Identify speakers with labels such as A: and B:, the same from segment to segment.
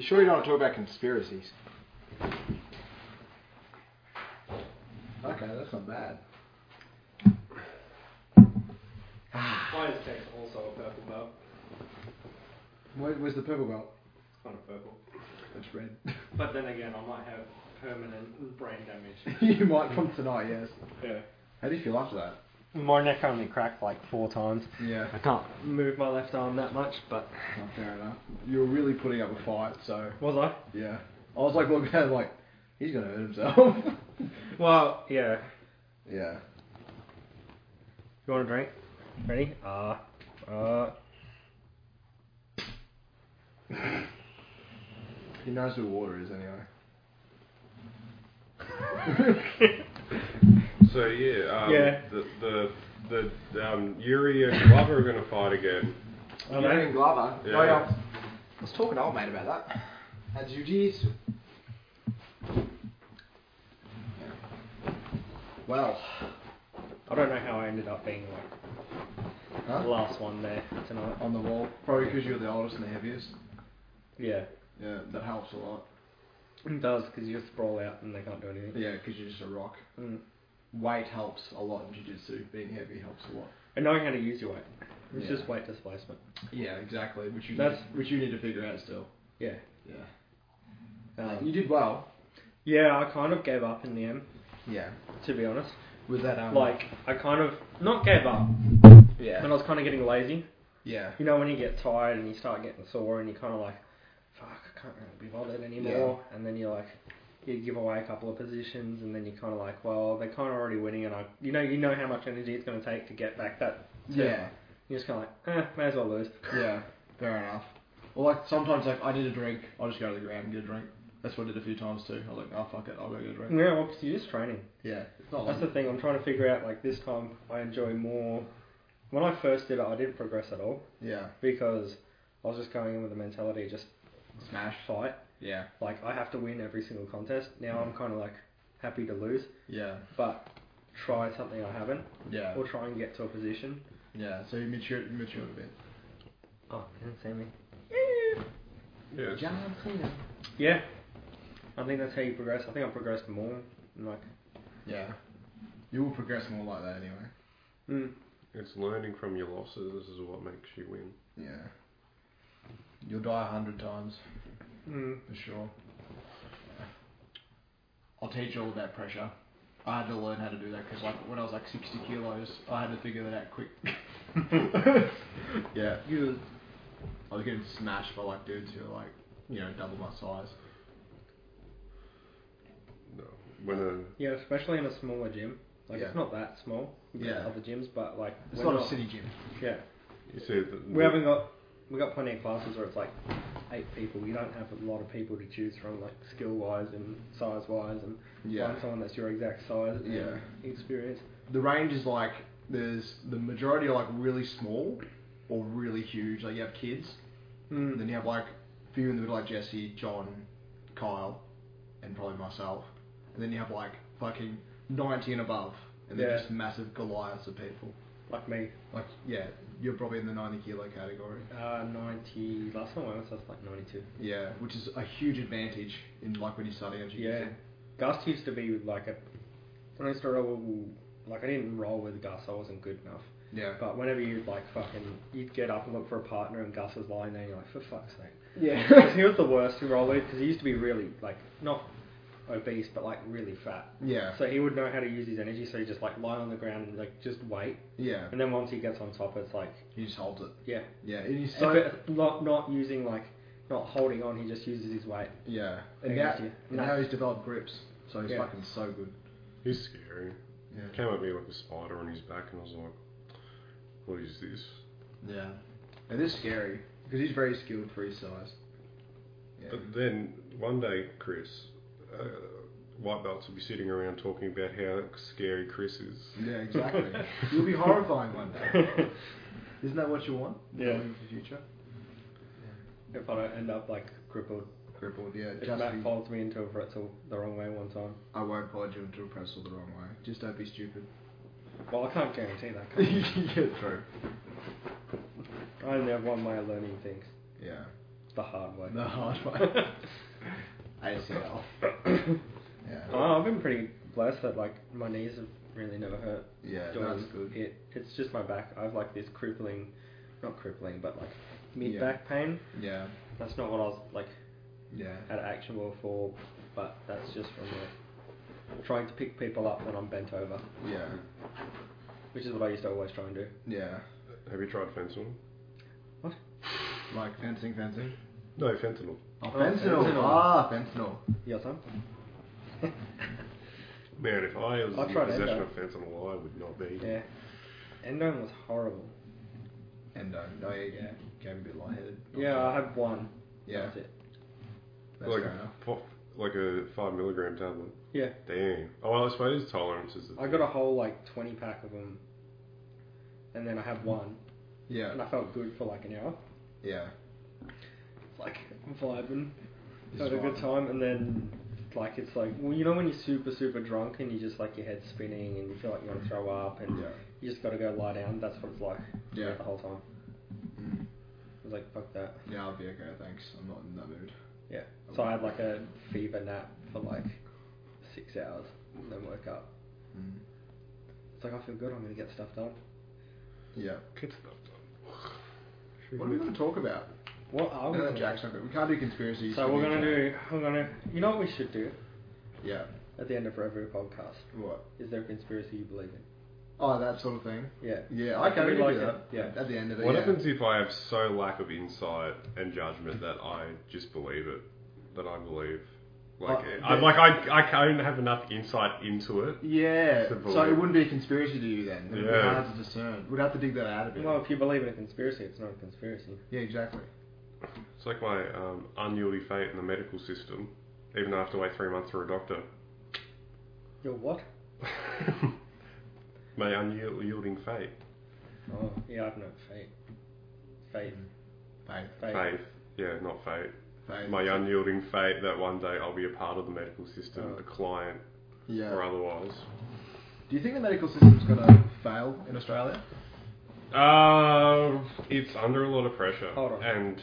A: sure you don't want to talk about conspiracies?
B: Okay, that's not bad.
C: Mine's takes also a purple belt.
B: Where, where's the purple belt?
C: It's kind of purple.
B: That's red.
C: But then again, I might have permanent brain damage.
B: you might from tonight, yes.
C: Yeah.
B: How do you feel after that?
D: My neck only cracked like four times.
B: Yeah,
D: I can't move my left arm that much, but
B: not fair enough. You were really putting up a fight, so
C: Was I?
B: yeah. I was like looking at him like, he's gonna hurt himself.
C: Well, yeah.
B: yeah.
D: you want a drink? Ready? Uh, uh.
B: He knows where water is anyway.
E: So yeah, um,
C: Yeah.
E: the the the um, Yuri and Glover are going to fight again.
C: Oh,
A: You're
C: no.
A: in Glover.
E: Yeah.
A: Oh, yeah. I was talking to old mate about that. At Judy's.
B: Well,
D: I don't know how I ended up being like the
B: huh?
D: last one there tonight.
B: on the wall, probably because you're the oldest and the heaviest.
D: Yeah,
B: Yeah, that helps a lot.
D: it does because you just sprawl out and they can't do anything.
B: Yeah, because you're just a rock.
D: Mm.
B: Weight helps a lot in jiu-jitsu. Being heavy helps a lot.
D: And knowing how to use your weight, it's
B: Yeah.
D: just weight displacement.
B: Yeah, exactly. Which you
D: That's-
B: which you need to figure out still.
D: Yeah.
B: Yeah.
D: Um,
B: you did well.
D: yeah, I kind of gave up in the end,
B: Yeah.
D: to be honest.
B: With that um.
D: Like, I kind of not gave up, but I
B: Yeah.
D: was kind of getting lazy.
B: Yeah.
D: You know when you get tired and you start getting sore and you're kind of like, fuck, I can't really be bothered anymore. And then you're like, you give away a couple of positions and then you're kind of like, well, they're kind of already winning and I, you know, you know how much energy it's going to take to get back that.
B: Yeah.
D: You're just kind of like, eh, may as well lose.
B: Yeah. Fair enough. Or like sometimes like I need a drink, I'll just go to the ground and get a drink. That's what I did a few times too. I was like, oh fuck it, I'll go get a drink.
D: Yeah, well, 'cause you're just training.
B: Yeah. It's not
D: That's the thing. I'm trying to figure out like this time I enjoy more. When I first did it, I didn't progress at all
B: Yeah.
D: because I was just going in with the mentality just
B: Smash.
D: fight.
B: Yeah.
D: Like I have to win every single contest. Now I'm kind of like happy to lose.
B: Yeah.
D: but try something I haven't,
B: Yeah.
D: or try and get to a position.
B: Yeah. So you matured matured a bit.
D: Oh, you didn't see me.
E: Yeah.
B: John Cena.
D: Yeah, I think that's how you progress. I think I progressed more. and Like,
B: Yeah. You will progress more like that anyway.
D: mm,
E: It's learning from your losses. This is what makes you win.
B: Yeah. You'll die a hundred times
D: mm,
B: for sure. I'll teach you all about pressure. I had to learn how to do that because like when I was like 60 kilos, I had to figure that out quick. yeah.
D: you
B: I was getting smashed by like dudes who were like, you know, double my size.
E: No. When uh, a,
D: yeah, especially in a smaller gym. Like
B: Yeah.
D: it's not that small. compared to
B: Yeah.
D: Other gyms, but like
B: It's
D: we're
B: not,
D: not-
B: a city gym.
D: Yeah,
E: you see, the,
D: we haven't got. We got plenty of classes where it's like eight people. You don't have a lot of people to choose from, like skill wise and size wise, and find someone that's your exact size and
B: Yeah.
D: experience.
B: The range is like there's the majority are like really small or really huge. Like you have kids,
D: Mm.
B: And then you have like a few in the middle like Jesse, John, Kyle, and probably myself. And then you have like fucking ninety and above. And they're
D: Yeah.
B: just massive Goliaths of people.
D: like me.
B: Like yeah, you're probably in the ninety kilo category.
D: Uh, 90. Last time I went, so it's like 92.
B: Yeah. Which is a huge advantage in like when you're starting out.
D: Yeah. Gus used to be like a. When I used to roll, like I didn't roll with Gus, I wasn't good enough.
B: Yeah.
D: But whenever you'd like fucking, you'd get up and look for a partner, and Gus was lying there, and you're like, for fuck's sake.
B: Yeah.
D: 'Cause he was the worst to roll with, because he used to be really like not obese, but like really fat.
B: yeah.
D: So he would know how to use his energy, so he just like lie on the ground and like just wait.
B: Yeah.
D: And then once he gets on top, it's like,
B: He just holds it.
D: yeah.
B: Yeah. And he's
D: So
B: so
D: not not using like not holding on, he just uses his weight.
B: yeah. And now,
D: against you.
B: and now he's developed grips. So he's
D: Yeah.
B: fucking so good.
E: he's scary.
B: Yeah.
E: Came at me like a spider on his back, and I was like, "What is this?"
B: Yeah. And it's scary because he's very skilled for his size. Yeah.
E: But then one day, Chris, uh, white belts will be sitting around talking about how scary Chris is.
B: Yeah, exactly. You'll be horrifying one day. Isn't that what you want?
D: Yeah.
B: For the future?
D: If I don't end up like crippled,
B: Crippled, yeah.
D: if
B: Just
D: Matt
B: be-
D: folds me into a pretzel the wrong way one time.
B: I won't pod you into a pretzel the wrong way. Just don't be stupid.
D: Well, I can't guarantee that.
B: yeah,
D: Can
B: true.
D: I? I only have one way of learning things.
B: Yeah.
D: The hard way.
B: The hard way. ACL. yeah.
D: Oh, I've been pretty blessed that like my knees have really never hurt.
B: Yeah,
D: doing
B: that's good.
D: It it's just my back. I've like this crippling, not crippling, but like mid
B: Yeah.
D: back pain.
B: Yeah.
D: That's not what I was like
B: Yeah.
D: had actionable for, but that's just from like trying to pick people up when I'm bent over,
B: Yeah.
D: which is what I used to always try and do.
B: Yeah.
E: Have you tried fentanyl?
B: Like fencing, fencing.
E: No, fentanyl.
B: Oh,
D: fentanyl.
B: fentanyl. Ah, fentanyl.
D: Your time?
E: Man, if I was
D: I
E: in
D: tried
E: possession
D: endo.
E: of fentanyl, I would not be.
D: Yeah. Endone was horrible.
B: Endo. No, yeah, yeah.
D: Yeah.
B: Came a bit lightheaded.
D: Yeah, I had one.
B: Yeah.
D: That's it.
B: That's
E: like,
B: fair enough.
E: fo- like a five milligram tablet.
D: Yeah.
E: Damn. Oh, well, I suppose tolerance is. the
D: I
E: thing.
D: got a whole like 20 pack of them, and then I had one,
B: Yeah.
D: and I felt good for like an hour.
B: Yeah.
D: It's like vibing,
B: It's
D: had a good
B: fine.
D: time, and then like it's like well, you know when you're super super drunk and you just like your head's spinning and you feel like you want to throw up and
B: Yeah.
D: you just got to go lie down. That's what it's like
B: Yeah.
D: the whole time.
B: Mm.
D: I was like fuck that.
B: Yeah, I'll be okay, thanks. I'm not in that mood.
D: Yeah. So I had like a fever nap for like six hours, and then woke up.
B: Mm.
D: It's like I feel good. I'm gonna get stuff done.
B: Yeah.
E: Get stuff done.
B: What are we going to talk about?
D: What are we?
B: No, no,
D: gonna
B: Jack's not good. We can't do conspiracies.
D: So
B: Can
D: we're
B: we,
D: gonna
B: Jack?
D: do. I'm gonna. You know what we should do
B: Yeah.
D: at the end of every podcast?
B: What?
D: Is there a conspiracy you believe in?
B: Oh, that sort of thing.
D: Yeah.
B: Yeah,
D: Like,
B: okay,
D: we
B: we can
D: like
B: do that.
D: it. Yeah.
B: At the end of it.
E: What
B: yeah.
E: happens if I have so lack of insight and judgment that I just believe it? That I believe, like,
B: Uh,
E: I,
B: yeah.
E: like I, I can't have enough insight into it.
B: Yeah.
E: Simple.
B: So it wouldn't be a conspiracy to you then. It would be
E: Yeah.
B: hard to discern. We'd have to dig that out a bit.
D: Well, if you believe in a conspiracy, it's not a conspiracy.
B: yeah, exactly.
E: It's like my um, unwieldy fate in the medical system. Even though I have to wait three months for a doctor,
D: Your what?
E: my unyielding fate,
D: Oh, yeah, I have no faith. Faith.
B: Faith.
D: Faith.
E: faith, yeah, not fate.
B: Faith.
E: My unyielding fate that one day I'll be a part of the medical system,
D: Oh.
E: a client
B: Yeah.
E: or otherwise.
B: Do you think the medical system's going to fail in Australia?
E: Uh, it's under a lot of pressure,
D: Hold on.
E: and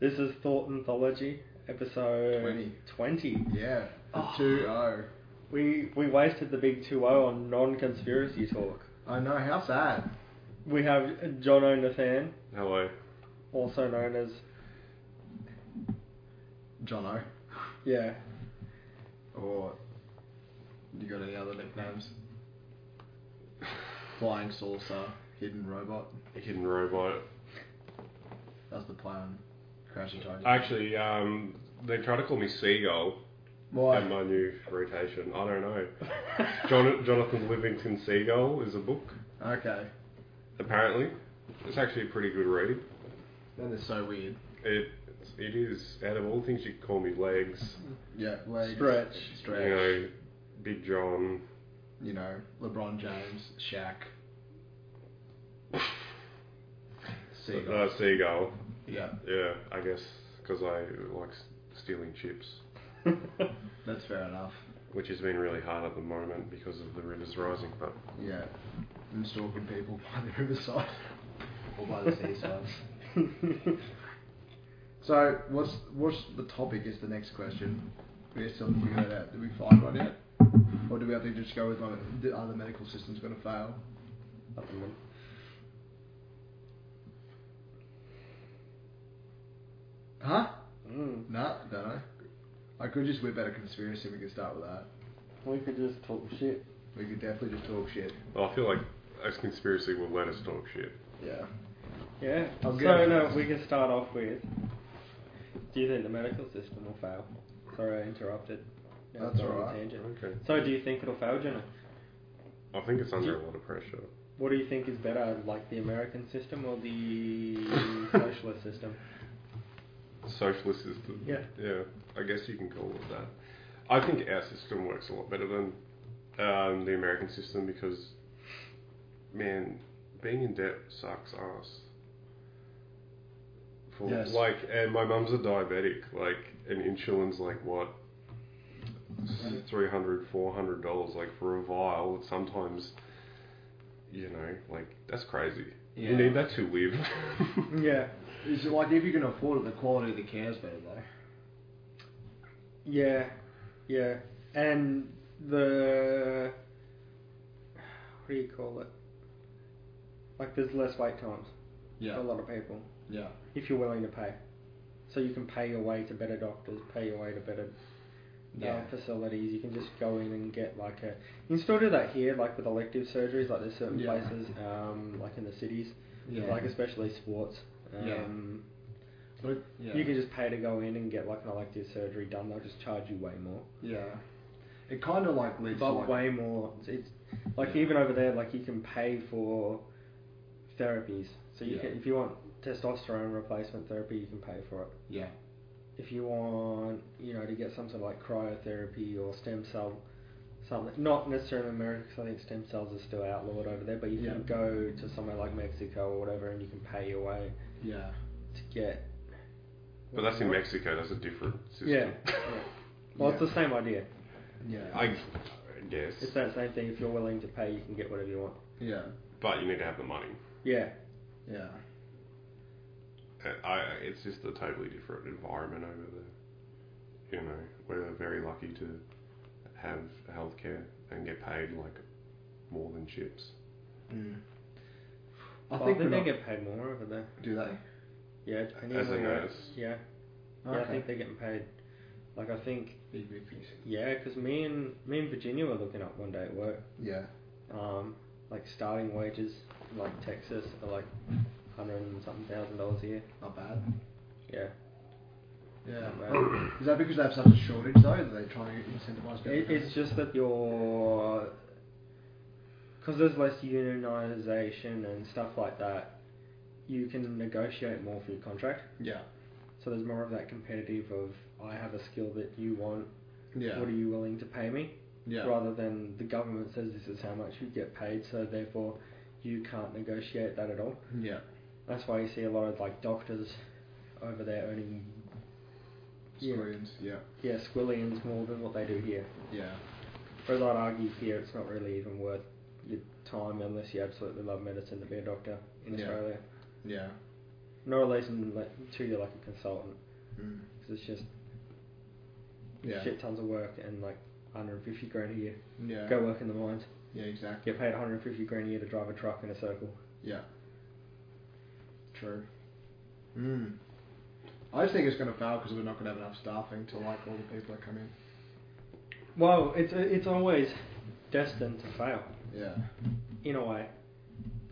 D: This is Thought Anthology, episode
B: 20.
D: 20.
B: Yeah.
D: Oh.
B: Two oh.
D: We, we wasted the big 2 0 on non conspiracy talk.
B: I know. How sad.
D: We have John O'Nathan,
E: hello.
D: also known as.
B: John O.
D: Yeah.
B: Or you got any other nicknames? Flying saucer, hidden robot.
E: Hidden robot.
B: That's the plan. Crash and Titan.
E: Actually, um, they try to call me Seagull
B: Why?
E: in my new rotation. I don't know. Jon- Jonathan Livingston Seagull is a book,
B: Okay.
E: apparently. It's actually a pretty good read.
B: That is so weird.
E: It it is out of all things you could call me legs,
B: Yeah. Legs,
D: Stretch.
B: Stretch.
E: you know, Big John.
B: you know, LeBron James, Shaq. Seagull.
E: Uh, Seagull.
B: Yeah,
E: Yeah, I guess because I like s- stealing chips,
B: that's fair enough.
E: which has been really hard at the moment because of the rivers rising. But
B: Yeah. And stalking people by the riverside.
A: All by the seaside.
B: So, what's what's the topic is the next question. We still haven't figured that out. Did we find one yet? Or do we have to just go with one of the other medical system's going to fail?
D: At the moment.
B: Huh?
D: Mm.
B: Nah, don't know. I could just whip out a conspiracy we could start with that.
D: We could just talk shit.
B: We could definitely just talk shit.
E: I feel like a conspiracy will let us talk shit.
B: Yeah.
D: Yeah.
B: I'll
D: so
B: get it.
D: no, we can start off with. Do you think the medical system will fail? Sorry, I interrupted. Now
B: That's
D: it's on a
B: alright.
D: tangent.
E: Okay.
D: So do you think it'll fail, Jenna?
E: I think it's under a lot of pressure.
D: What do you think is better, like the American system or the socialist system?
E: Socialist system.
D: Yeah.
E: Yeah. I guess you can call it that. I think our system works a lot better than um, the American system because, man, being in debt sucks ass. For,
B: Yes.
E: Like, and my mum's a diabetic. Like, and insulin's like what. $300, $400 like for a vial. It's sometimes you know, like that's crazy.
B: Yeah.
E: You need that to live.
D: Yeah.
B: Is it like if you can afford it, the quality of the care's better though?
D: Yeah, yeah, and the what do you call it? Like there's less wait times for a lot of people
B: Yeah.
D: if you're willing to pay. So you can pay your way to better doctors, pay your way to better uh,
B: Yeah.
D: facilities. You can just go in and get like a. You can still do that here, like with elective surgeries. Like there's certain
B: Yeah.
D: places, um, like in the cities,
B: Yeah.
D: like especially sports.
B: Yeah.
D: Um,
B: But- yeah.
D: You can just pay to go in and get like an elective surgery done. They'll just charge you way more.
B: Yeah. It kind of like leads
D: but
B: to like,
D: way more. It's like
B: Yeah.
D: even over there, like you can pay for therapies. So you
B: Yeah.
D: can, if you want testosterone replacement therapy, you can pay for it.
B: yeah.
D: If you want, you know, to get some sort of like cryotherapy or stem cell, something. Not necessarily in America, 'cause I think stem cells are still outlawed over there. But you
B: Yeah.
D: can go to somewhere like Mexico or whatever, and you can pay your way
B: Yeah.
D: to get.
E: but that's in Mexico. That's a different system.
D: Yeah. Well, it's
B: Yeah.
D: the same idea.
B: Yeah.
E: I guess.
D: It's that same thing. If you're willing to pay, you can get whatever you want.
B: yeah.
E: But you need to have the money.
D: Yeah.
B: Yeah.
E: Uh, I, I- it's just a totally different environment over there. You know, we're very lucky to have healthcare and get paid like more than chips.
B: Mm. I
D: Well,
B: think we're
D: they
B: not,
D: get paid more over there.
B: do they?
D: Yeah, depending
E: As
D: on
E: a
D: the-
E: nurse.
D: Yeah, yeah, I think they're getting paid. Like I think,
B: Big, big piece.
D: yeah, because me and me and Virginia were looking up one day at work,
B: Yeah.
D: um, like starting wages, in, like Texas are like hundred and something thousand dollars a year.
B: Not bad.
D: Yeah,
B: Yeah.
D: not bad.
B: Is that because they have such a shortage though? That they're trying to incentivize people?
D: it,
B: to-
D: it's just that you're, because there's less unionization and stuff like that. You can negotiate more for your contract,
B: yeah.
D: so there's more of that competitive of I have a skill that you want.
B: Yeah.
D: What are you willing to pay me?
B: yeah.
D: rather than the government says this is how much you get paid, so therefore you can't negotiate that at all.
B: Yeah.
D: That's why you see a lot of like doctors over there earning Yeah.
B: Screens. Yeah.
D: yeah squillions more than what they do here.
B: Yeah.
D: Whereas I'd argue here it's not really even worth your time unless you absolutely love medicine to be a doctor in
B: Yeah.
D: Australia.
B: Yeah.
D: No relation like, to you like a consultant
B: Mm.
D: because it's just
B: Yeah.
D: shit tons of work and like 150 grand a year.
B: Yeah.
D: Go work in the mines.
B: Yeah. Exactly.
D: Get paid 150 grand a year to drive a truck in a circle.
B: Yeah. True. Mm. I just think it's going to fail because we're not going to have enough staffing to like all the people that come in.
D: Well, it's it's always destined to fail
B: Yeah.
D: in a way.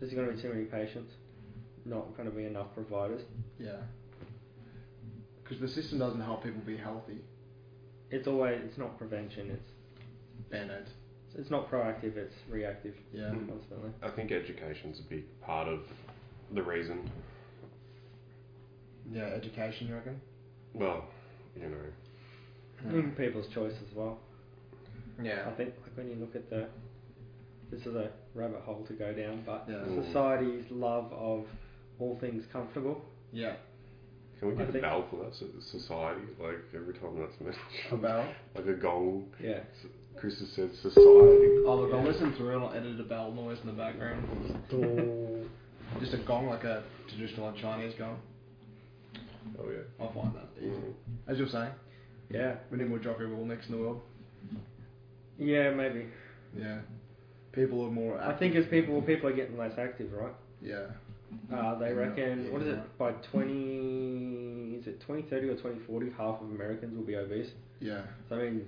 D: There's going to be too many patients, not going to be enough providers.
B: Yeah. Because the system doesn't help people be healthy.
D: It's always it's not prevention. It's
B: Band aids.
D: it's not proactive. It's reactive.
B: Yeah.
D: Constantly.
E: I think education's a big part of the reason.
B: Yeah. Education, you reckon?
E: Well, you know,
B: Hmm.
D: Even people's choice as well. I
A: Yeah.
D: think like when you look at the this is a rabbit hole to go down, but
B: Yeah.
D: society's love of all things comfortable.
B: Yeah.
E: can we
D: I
E: get a
D: think-
E: bell for that so- society? Like every time that's mentioned,
B: About.
E: like a gong.
D: Yeah.
E: Chris has said society.
B: Oh look, I'll
D: Yeah.
B: listen through and I'll edit a bell noise in the background. Just a gong, like a traditional Chinese gong.
E: Oh yeah.
B: I'll find that easy.
E: Mm.
B: As you're saying,
D: yeah.
B: we need more Jockey Wall next in the world.
D: Yeah. Maybe.
B: Yeah. People are more.
D: I think as people people are getting less active, right?
B: Yeah.
D: Uh, they
B: Yeah,
D: reckon
B: yeah,
D: what is
B: yeah.
D: it by twenty? Is it twenty thirty or twenty forty? Half of Americans will be obese.
B: Yeah.
D: So that means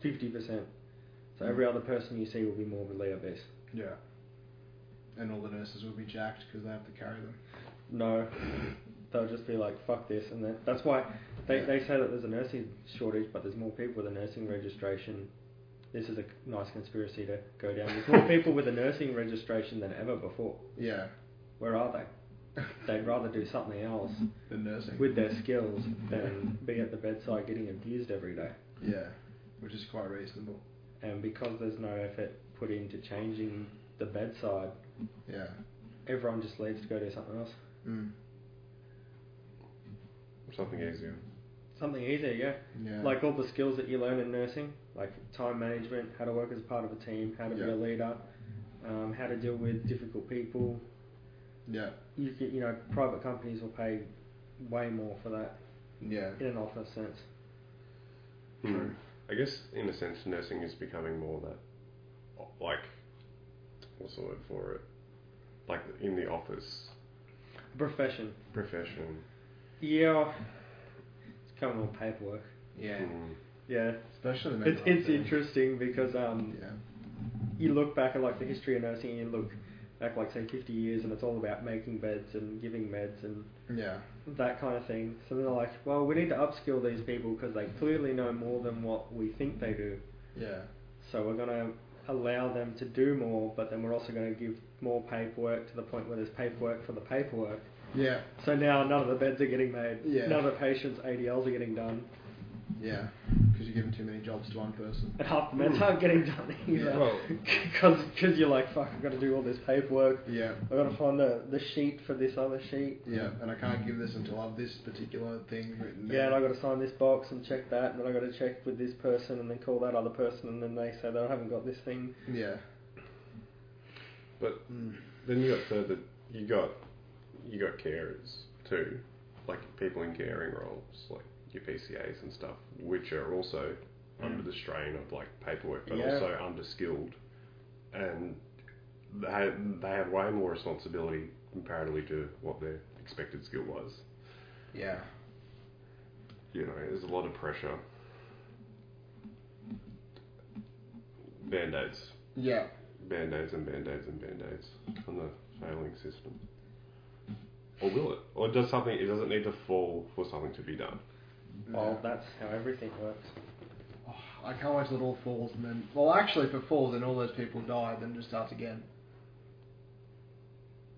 D: fifty percent. So every
B: Hmm.
D: other person you see will be morbidly obese.
B: Yeah. And all the nurses will be jacked because they have to carry them.
D: No, they'll just be like fuck this, and then that's why they they say that there's a nursing shortage, but there's more people with a nursing registration. This is a nice conspiracy to go down. There's more people with a nursing registration than ever before.
B: Yeah.
D: Where are they? They'd rather do something else
B: The nursing.
D: with their skills than be at the bedside getting abused every day.
B: Yeah. Which is quite reasonable.
D: And because there's no effort put into changing the bedside,
B: Yeah.
D: everyone just leaves to go do something else.
B: Mm.
E: Something easier.
D: Something easier, yeah.
B: Yeah.
D: Like all the skills that you learn in nursing, like time management, how to work as part of a team, how to be
B: Yeah.
D: a leader, um, how to deal with difficult people.
B: Yeah.
D: You can, you know, private companies will pay way more for that
B: Yeah.
D: in an ultimate sense.
E: Hmm. I guess in a sense, nursing is becoming more that, like, what's the word for it? Like in the office
D: Profession.
E: profession.
D: Yeah. It's coming all paperwork.
A: Yeah.
E: Hmm.
D: Yeah.
B: Especially the
D: It's,
B: mental
D: it's
B: health
D: interesting because um,
B: thing. Yeah.
D: you look back at like the history of nursing and you look back like say 50 years and it's all about making beds and giving meds and
B: Yeah.
D: that kind of thing so they're like well we need to upskill these people because they clearly know more than what we think they do
B: Yeah.
D: so we're going to allow them to do more but then we're also going to give more paperwork to the point where there's paperwork for the paperwork
B: Yeah.
D: so now none of the beds are getting made
B: Yeah.
D: none of the patients adls are getting done
B: Yeah. Because you're giving too many jobs to one person.
D: and half the meds aren't getting done
B: Hmm. Yeah.
D: either
A: Well,
D: because you're like fuck i've got to do all this paperwork
B: Yeah.
D: I gotta find the, the sheet for this other sheet.
B: Yeah. And I can't give this until I've this particular thing written.
D: Yeah, and I
B: down.
D: gotta sign this box and check that, and then I gotta check with this person and then call that other person, and then they say that I haven't got this thing.
B: Yeah.
E: But-
B: Mm.
E: Then you got further. You got you got carers too, like people in caring roles, like your PCAs and stuff, which are also under the strain of like paperwork, but
D: Yeah.
E: also under skilled, and they they have way more responsibility comparatively to what their expected skill was.
B: Yeah.
E: You know, there's a lot of pressure. Band aids,
B: Yeah.
E: band aids, and band aids, and band aids on the failing system. Or will it? Or does something? It doesn't need to fall for something to be done.
D: Well, that's how everything works.
B: Oh, I can't wait till it all falls and then. Well, actually, if it falls and all those people die, then it just starts again.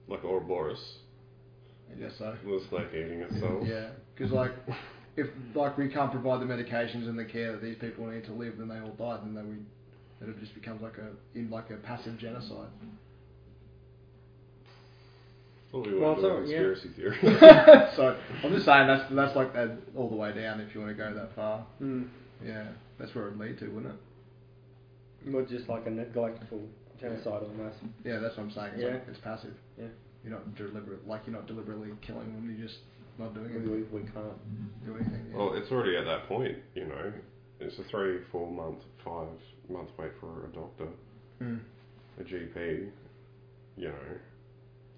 E: Like Ouroboros,
B: I guess so.
E: was like eating itself.
B: Yeah, because like, if like we can't provide the medications and the care that these people need to live, then they all die. Then they we, then it just becomes like a in like a passive genocide.
E: Thought we were
D: Well,
E: doing
D: so, yeah.
E: conspiracy theory.
B: so I'm just saying that's that's like that all the way down if you want to go that far.
D: Mm.
B: Yeah, that's where it would lead to, wouldn't it?
D: Or just like a neglectful genocide almost.
B: Yeah, that's what I'm saying. It's, like,
D: Yeah.
B: it's passive.
D: Yeah.
B: You're not deliberate, like you're not deliberately killing them. You're just not doing
D: We,
B: anything.
D: we, we can't.
B: Do anything. Yeah.
E: Well, it's already at that point. You know, it's a three, four month, five month wait for a doctor,
B: Mm.
E: a GP. You know,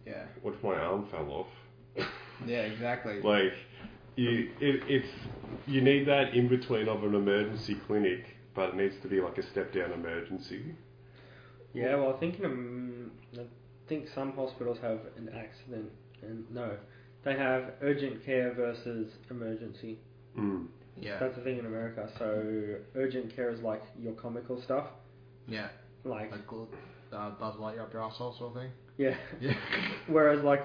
B: Yeah.
E: what if my arm fell off?
B: Yeah. Exactly.
E: like you it, it's you need that in between of an emergency clinic but it needs to be like a step down emergency
D: Yeah, well, I think in um, I think some hospitals have an accident, and no, they have urgent care versus emergency.
E: mm.
B: yeah.
D: That's the thing in America. So urgent care is like your comical stuff,
B: Yeah.
D: like
B: Like uh, Buzz Lightyear up your asshole sort of thing.
D: yeah.
B: Yeah.
D: Whereas like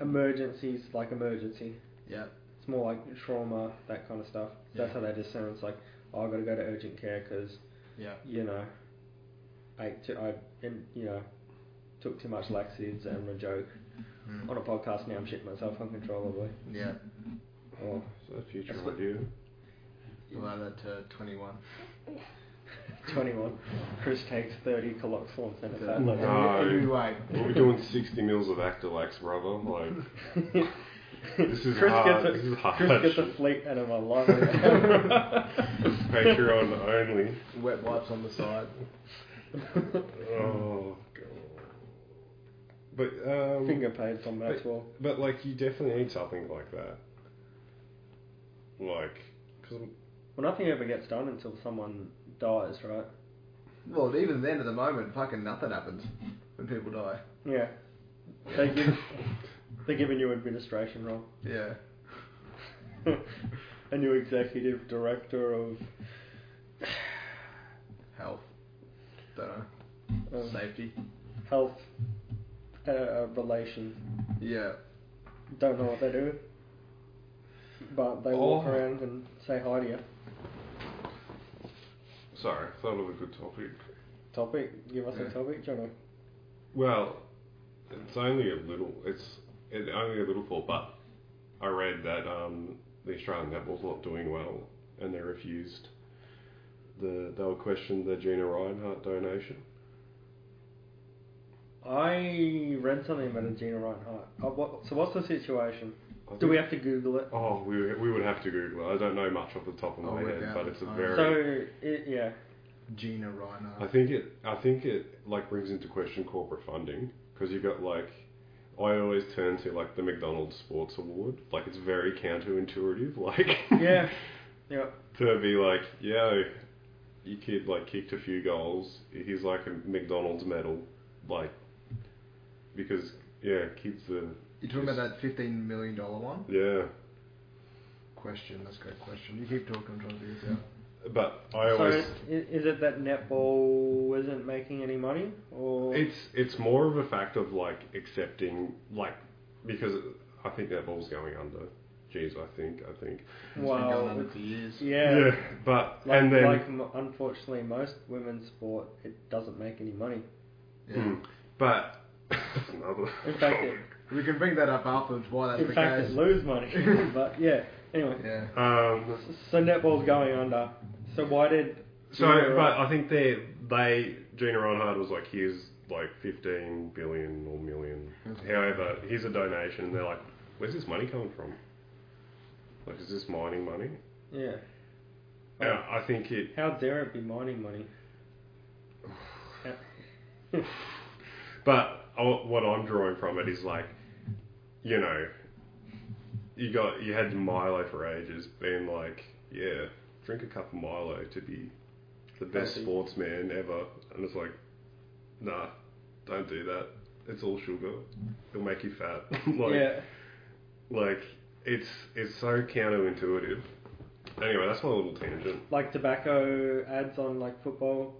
D: emergencies, like emergency,
B: yeah.
D: it's more like trauma, that kind of stuff. That's how they discern. It's like, oh, I got to go to urgent care because
B: Yeah.
D: you know, I t- I and you know, took too much laxatives and I'm a joke
B: Mm.
D: on a podcast. Now I'm shitting myself uncontrollably.
B: Yeah.
D: Or
E: is that a future
D: That's what-
E: idea
B: Allow that to 21.
D: 21. Chris takes 30 caloxolams and it's
B: That-
D: that level.
E: No.
B: Every way.
E: we're doing 60 mils of actilax brother like This is
D: Chris
E: hard.
D: Gets a,
E: This is hard.
D: Chris gets a fleet out of my life.
E: patreon only
B: Wet wipes on the side.
E: oh god but um
D: Finger paid from Maxwell.
E: But like, you definitely need something like that. Like, because
D: Well, nothing ever gets done until someone dies, right?
B: Well, even then, at the moment, fucking nothing happens when people die.
D: Yeah. They give, they're giving you administration role.
B: Yeah.
D: A new executive director of.
B: Health. Don't know.
D: of
B: Safety.
D: health uh, relations.
B: Yeah.
D: Don't know what they do, but they walk
E: Oh.
D: around and say hi to you.
E: sorry, I thought of a good topic.
D: Topic, give us
B: Yeah.
D: a topic, Jono.
E: Well, it's only a little. It's it, only a little thought, but I read that um, the Australian netball's not doing well, and they refused. The they were questioned the Gina Reinhart donation.
D: I read something about a Gina Reinhardt. Uh, what, so what's the situation? Do we have to Google it?
E: Oh, we, we would have to Google. it. I don't know much off the top of
B: Oh,
E: my
B: we're
E: head,
B: down
E: but
B: to
E: it's a
B: time.
E: very.
D: So it, yeah,
B: Gina
E: I
B: Reinhardt.
E: think it. I think it like brings into question corporate funding because you got like. I always turn to like the McDonald's Sports Award. Like it's very counterintuitive. Like
D: yeah, yeah.
E: to be like, yo, your kid like kicked a few goals. He's like a McDonald's medal, like because yeah, kids are
B: You're talking about that fifteen million dollar one?
E: yeah.
B: Question. That's a great question. You keep talking. I'm trying to figure this out.
E: But I
D: So
E: always
D: i- is it that netball isn't making any money, or
E: it's it's more of a fact of like accepting like because I think that ball's going under. Jeez, I think I think
B: It's Hmm.
D: Wow,
B: been going on
D: it's-
B: for years.
D: yeah,
E: but
D: Like,
E: and then
D: like m- unfortunately, most women's sport it doesn't make any money.
B: Yeah.
E: Mm. but another
D: In fact, it,
B: We can bring that up afterwards. Why that's
D: in
B: the
D: fact,
B: case.
D: it lose money. but yeah, anyway,
B: yeah.
E: um
D: so netball's going under. So why did
E: So,
D: Yeah,
E: but
D: right.
E: I think they they Gina Reinhardt was like, here's like fifteen billion or million,
B: Okay.
E: however, here's a donation, and they're like, where's this money coming from? Like, is this mining money?
D: yeah?
E: And I think it.
D: How dare it be mining money?
E: But I, what I'm drawing from it is like, you know, you got you had Milo for ages, being like, yeah, drink a cup of Milo to be the best
D: Healthy.
E: sportsman ever, and it's like, nah, don't do that. It's all sugar. It'll make you fat. like,
D: yeah,
E: like it's it's so counterintuitive. Anyway, that's my little tangent.
D: like tobacco ads on like football,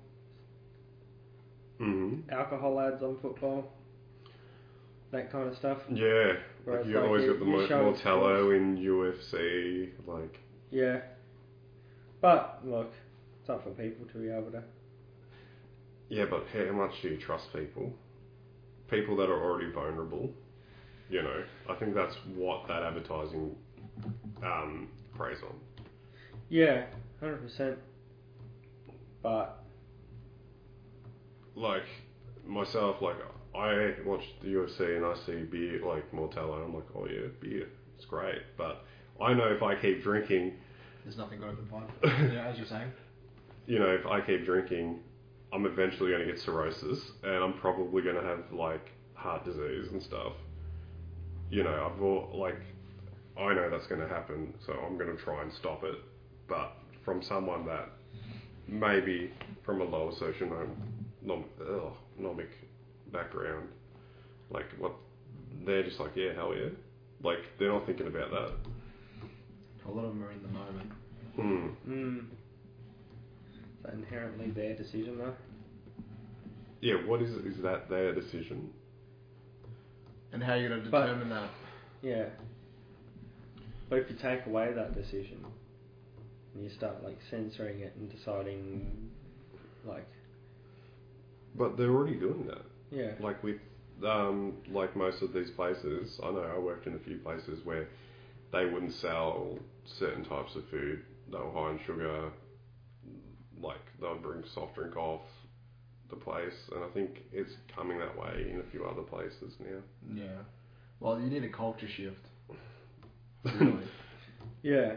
E: hmm
D: Mm-hmm. alcohol ads on football, that kind of stuff.
E: Yeah,
D: Whereas,
E: like you
D: like,
E: always
D: you-
E: got the
D: you
E: mo-
D: show
E: Mortello in UFC, like.
D: Yeah, but look, it's up for people to be able to.
E: Yeah, but how much do you trust people? People that are already vulnerable. You know, I think that's what that advertising um, preys on.
D: Yeah, hundred percent. But
E: Like myself, like I watch the UFC and I see beer like Mortello, I'm like, oh yeah, beer, it's great. But I know if I keep drinking,
B: There's nothing going to find. yeah, as you're saying.
E: you know, if I keep drinking, I'm eventually going to get cirrhosis and I'm probably going to have like heart disease and stuff. You know, I've all, like, I know that's going to happen, so I'm going to try and stop it. But from someone that maybe from a lower socioeconomic background, like what they're just like, yeah, hell yeah. Like, they're not thinking about that.
B: A lot of them are in the moment.
E: Hmm.
D: mm, is that inherently their decision though?
E: Yeah, what is is that their decision?
B: And how you going to
D: But-
B: determine that?
D: Yeah. But if you take away that decision and you start like censoring it and deciding like
E: But they're already doing that.
D: yeah.
E: like with um, like most of these places, I know I worked in a few places where they wouldn't sell certain types of food. They were high in sugar. Like they would bring soft drink off the place, and I think it's coming that way in a few other places now.
B: Yeah. Well, you need a culture shift. Really.
D: Yeah.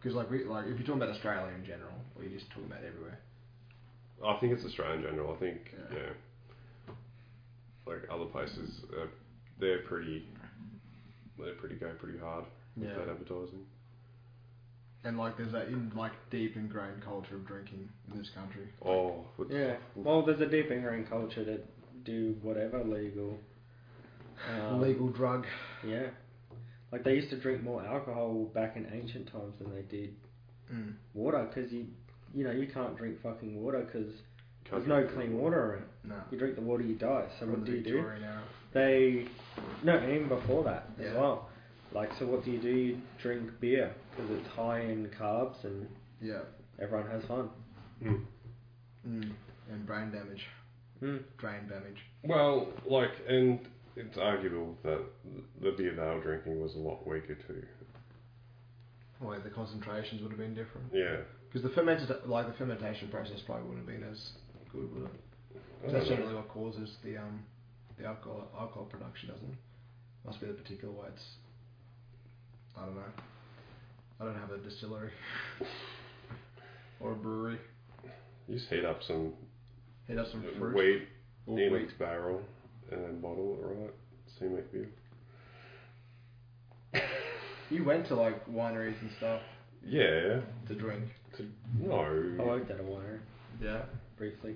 B: Because like we like if you're talking about Australia in general, or you're just talking about everywhere.
E: I think it's Australia in general. I think yeah,
B: Yeah.
E: like other places, uh, they're pretty. They pretty go pretty hard with that advertising.
B: And like there's that in like deep ingrained culture of drinking in this country.
E: Oh, with
D: Yeah. Well there's a deep ingrained culture to do whatever legal um,
B: Illegal drug.
D: Yeah. Like they used to drink more alcohol back in ancient times than they did
B: Mm.
D: water because you you know you can't drink fucking water because there's
E: Country-
D: no clean water around.
B: No.
D: You drink the water, you die. So
B: From
D: what
B: the
D: do you do?
B: Victorian era.
D: They no, and even before that as
B: Yeah.
D: well. Like so, what do you do? You drink beer because it's high in carbs and
B: Yeah.
D: everyone has fun.
E: Mm.
B: Mm. And brain damage,
D: Mm.
B: brain damage.
E: Well, like, and it's arguable that the beer they were drinking was a lot weaker too.
B: Well, the concentrations would have been different.
E: Yeah.
B: Because the fermented, like the fermentation process, probably wouldn't have been as good, would it?
E: I
B: 'Cause that's
E: don't know.
B: generally what causes the um the alcohol alcohol production doesn't. Must be the particular way it's. I don't know. I don't have a distillery or a brewery.
E: You just heat up some
B: Heat up some fruit.
E: wheat
B: Or
E: in
B: wheat.
E: its barrel and then bottle it right. So you make beer.
B: You went to like wineries and stuff
E: Yeah.
B: to drink.
E: No.
D: I worked at a winery
B: Yeah.
D: briefly.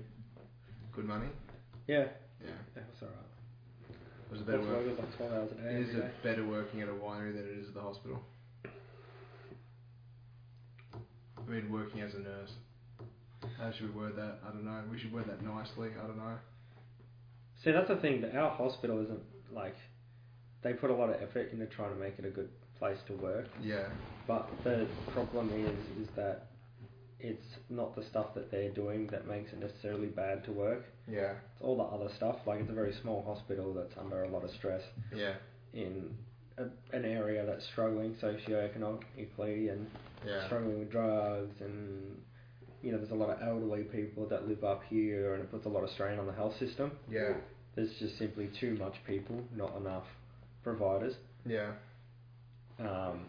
B: Good money.
D: Yeah,
B: Yeah.
D: that was alright.
B: Was it
D: That's
B: better
D: why
B: work?
D: it was like 12 hours a day.
B: Is
D: every day.
B: it better working at a winery than it is at the hospital? I mean, working as a nurse. How should we word that? I don't know. We should word that nicely. I don't know.
D: See, that's the thing. That our hospital isn't like they put a lot of effort into trying to make it a good place to work.
B: Yeah.
D: But the problem is, is that it's not the stuff that they're doing that makes it necessarily bad to work.
B: Yeah.
D: It's all the other stuff. Like it's a very small hospital that's under a lot of stress
B: Yeah.
D: in a, an area that's struggling socioeconomically and
B: Yeah.
D: struggling with drugs and you know there's a lot of elderly people that live up here and it puts a lot of strain on the health system
B: Yeah.
D: there's just simply too much people, not enough providers.
B: Yeah.
D: Um,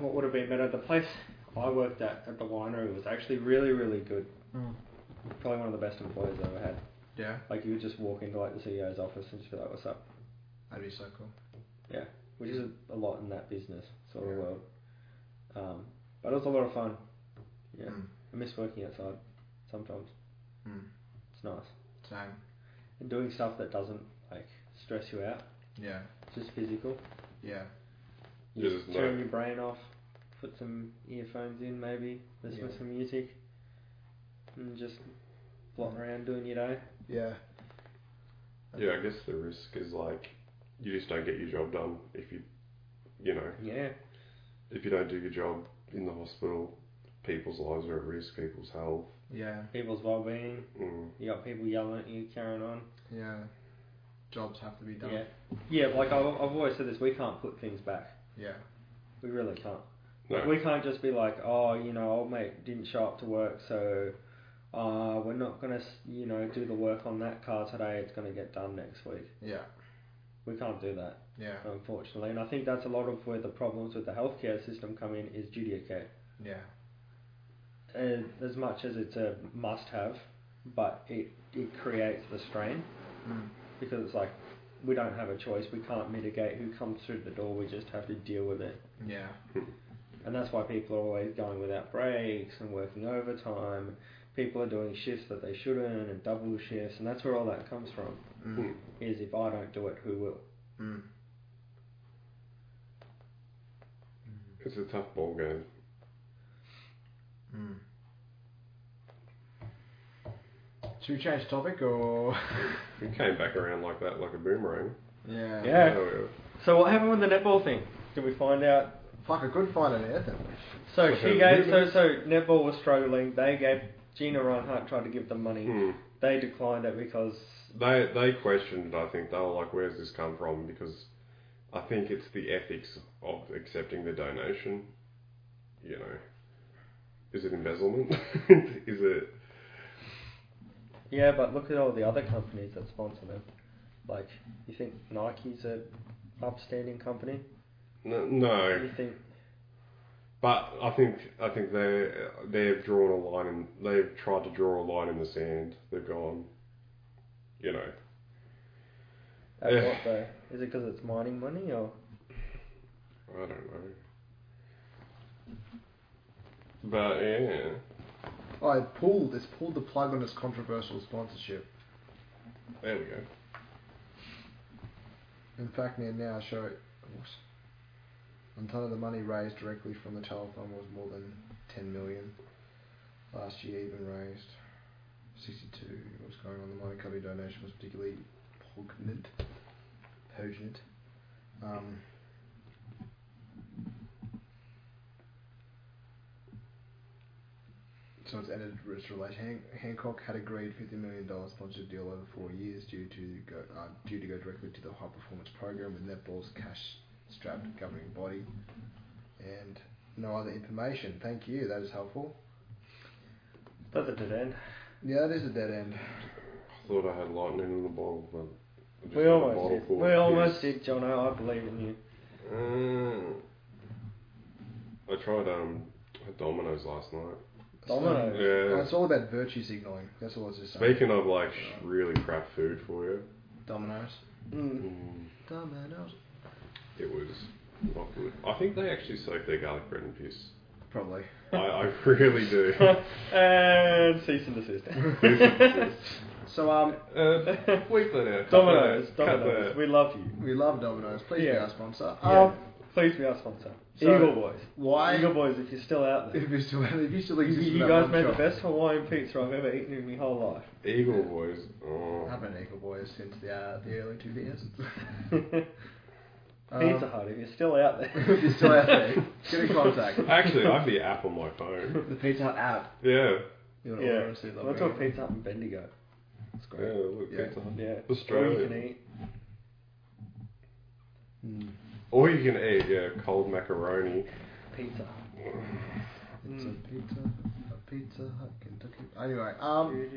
D: what would have been better? The place I worked at at the winery was actually really, really good.
B: Mm.
D: Probably one of the best employees I ever had.
B: Yeah.
D: Like you would just walk into like the CEO's office and just be like, "What's up?"
B: That'd be so cool.
D: Which is a, a lot in that business sort of world. Um, but it was a lot of fun. Yeah,
B: Mm.
D: I miss working outside sometimes.
B: Mm.
D: It's nice
B: Same.
D: and doing stuff that doesn't like stress you out.
B: Yeah.
D: It's just physical.
B: Yeah.
D: You
E: Just
D: just turn
E: like-
D: your brain off, put some earphones in, maybe listen
B: Yeah.
D: to some music, and just blot around doing your day.
B: Yeah.
E: Yeah, I guess the risk is like you just don't get your job done if you, you know,
D: Yeah,
E: if you don't do your job in the hospital, people's lives are at risk, people's health.
B: Yeah.
D: people's well-being.
E: Mm.
D: You got people yelling at you, carrying on.
B: Yeah. Jobs have to be done.
D: Yeah, yeah. Like I've, I've always said this, we can't put things back.
B: Yeah.
D: We really can't. Like,
E: No,
D: we can't just be like, oh, you know, old mate didn't show up to work, so uh, we're not gonna, s- you know, do the work on that car today. It's gonna get done next week.
B: Yeah.
D: We can't do that.
B: Yeah.
D: unfortunately. And I think that's a lot of where the problems with the healthcare system come in is duty of care.
B: Yeah.
D: And as much as it's a must have, but it, it creates the strain
B: Mm.
D: because it's like we don't have a choice. We can't mitigate who comes through the door. We just have to deal with it.
B: Yeah.
D: And that's why people are always going without breaks and working overtime. People are doing shifts that they shouldn't and double shifts. And that's where all that comes from
E: Hmm.
B: Mm.
D: is if I don't do it, who will?
B: Mm.
E: it's a tough ball game.
B: Mm. Should we change topic or?
E: We came back around like that, like a boomerang.
B: yeah.
D: Yeah.
E: Oh,
D: So what happened with the netball thing? Did we find out
B: Fuck, I could find an anthem.
D: So
E: So
D: she
E: her
D: gave so
E: movement-
D: so netball was struggling. They gave Gina Reinhart tried to give them money.
E: Hmm.
D: They declined it because
E: They they questioned. I think they were like, "Where's this come from?" Because I think it's the ethics of accepting the donation. You know, is it embezzlement? is it?
D: yeah, but look at all the other companies that sponsor them. Like you think Nike's a upstanding company?
E: No, no,
D: You think
E: But I think I think they they've drawn a line and they've tried to draw a line in the sand. They've gone, you know,
D: at
E: Yeah.
D: what though? Is it because it's mining money or
E: I don't know. But yeah,
B: Oh, I pulled. It's pulled the plug on this controversial sponsorship.
E: there we go.
B: In fact, near now show it. Oops. Until the money raised directly from the telethon was more than 10 million. Last year, even raised 62. What was going on? The Monte Carlo donation was particularly poignant. Poignant. Um, So it's ended its relation. Han- Hancock had agreed fifty million dollars sponsorship deal over four years, due to go uh, due to go directly to the high performance program with netball's cash-strapped governing body, and no other information. Thank you. That is helpful.
D: that's a dead end?
B: Yeah, that is a dead end.
E: thought I had lightning in a bottle, but I just
D: We
E: had a
D: almost
E: bottle
D: did.
E: full
D: We
E: of
D: almost
E: piss.
D: did, Jono. I believe in you.
E: Mm. I tried um at Domino's last night.
D: Domino's.
E: Yeah.
B: uh, It's all about virtue signaling. That's all it's just saying.
E: Speaking of like sh- really crap food for you,
B: Dominoes.
D: Mm.
E: mm,
B: Dominoes.
E: it was not good. I think they actually soak their garlic bread in piss.
B: Probably.
E: I, I really do.
D: and cease and desist. so um,
E: uh, bleep that out. Cut
D: Domino's,
E: that- cut
D: Domino's,
E: that.
D: we love you.
B: We love Dominoes. Please be
D: Yeah.
B: our sponsor.
D: Um,
B: Um,
D: please be our sponsor.
B: So-
D: Eagle Boys.
B: why?
D: Eagle Boys, if you're still out there.
B: If you still, if you still
D: You,
B: exist,
D: you
B: with that
D: guys
B: one
D: made
B: shop.
D: the best Hawaiian pizza I've ever eaten in my whole life.
E: Eagle boys. Oh.
B: I've been Eagle Boys since the, uh, the early 2000s. Um,
D: Pizza Hut, if you're still out there.
B: if you're still out there, get in contact.
E: Actually, I have the app on my phone.
B: The Pizza Hut app.
E: Yeah.
B: You want to order
D: yeah,
B: and see them.
D: let's have Pizza Hut in Bendigo. It's
E: Yeah.
D: great.
E: Look,
B: Yeah.
E: pizza.
D: Yeah.
E: Australia.
D: All you can eat.
B: Mm.
E: Or you can eat yeah cold macaroni.
D: Pizza.
B: It's
D: Mm.
B: a pizza, a Pizza Hut, Kentucky. Anyway, um,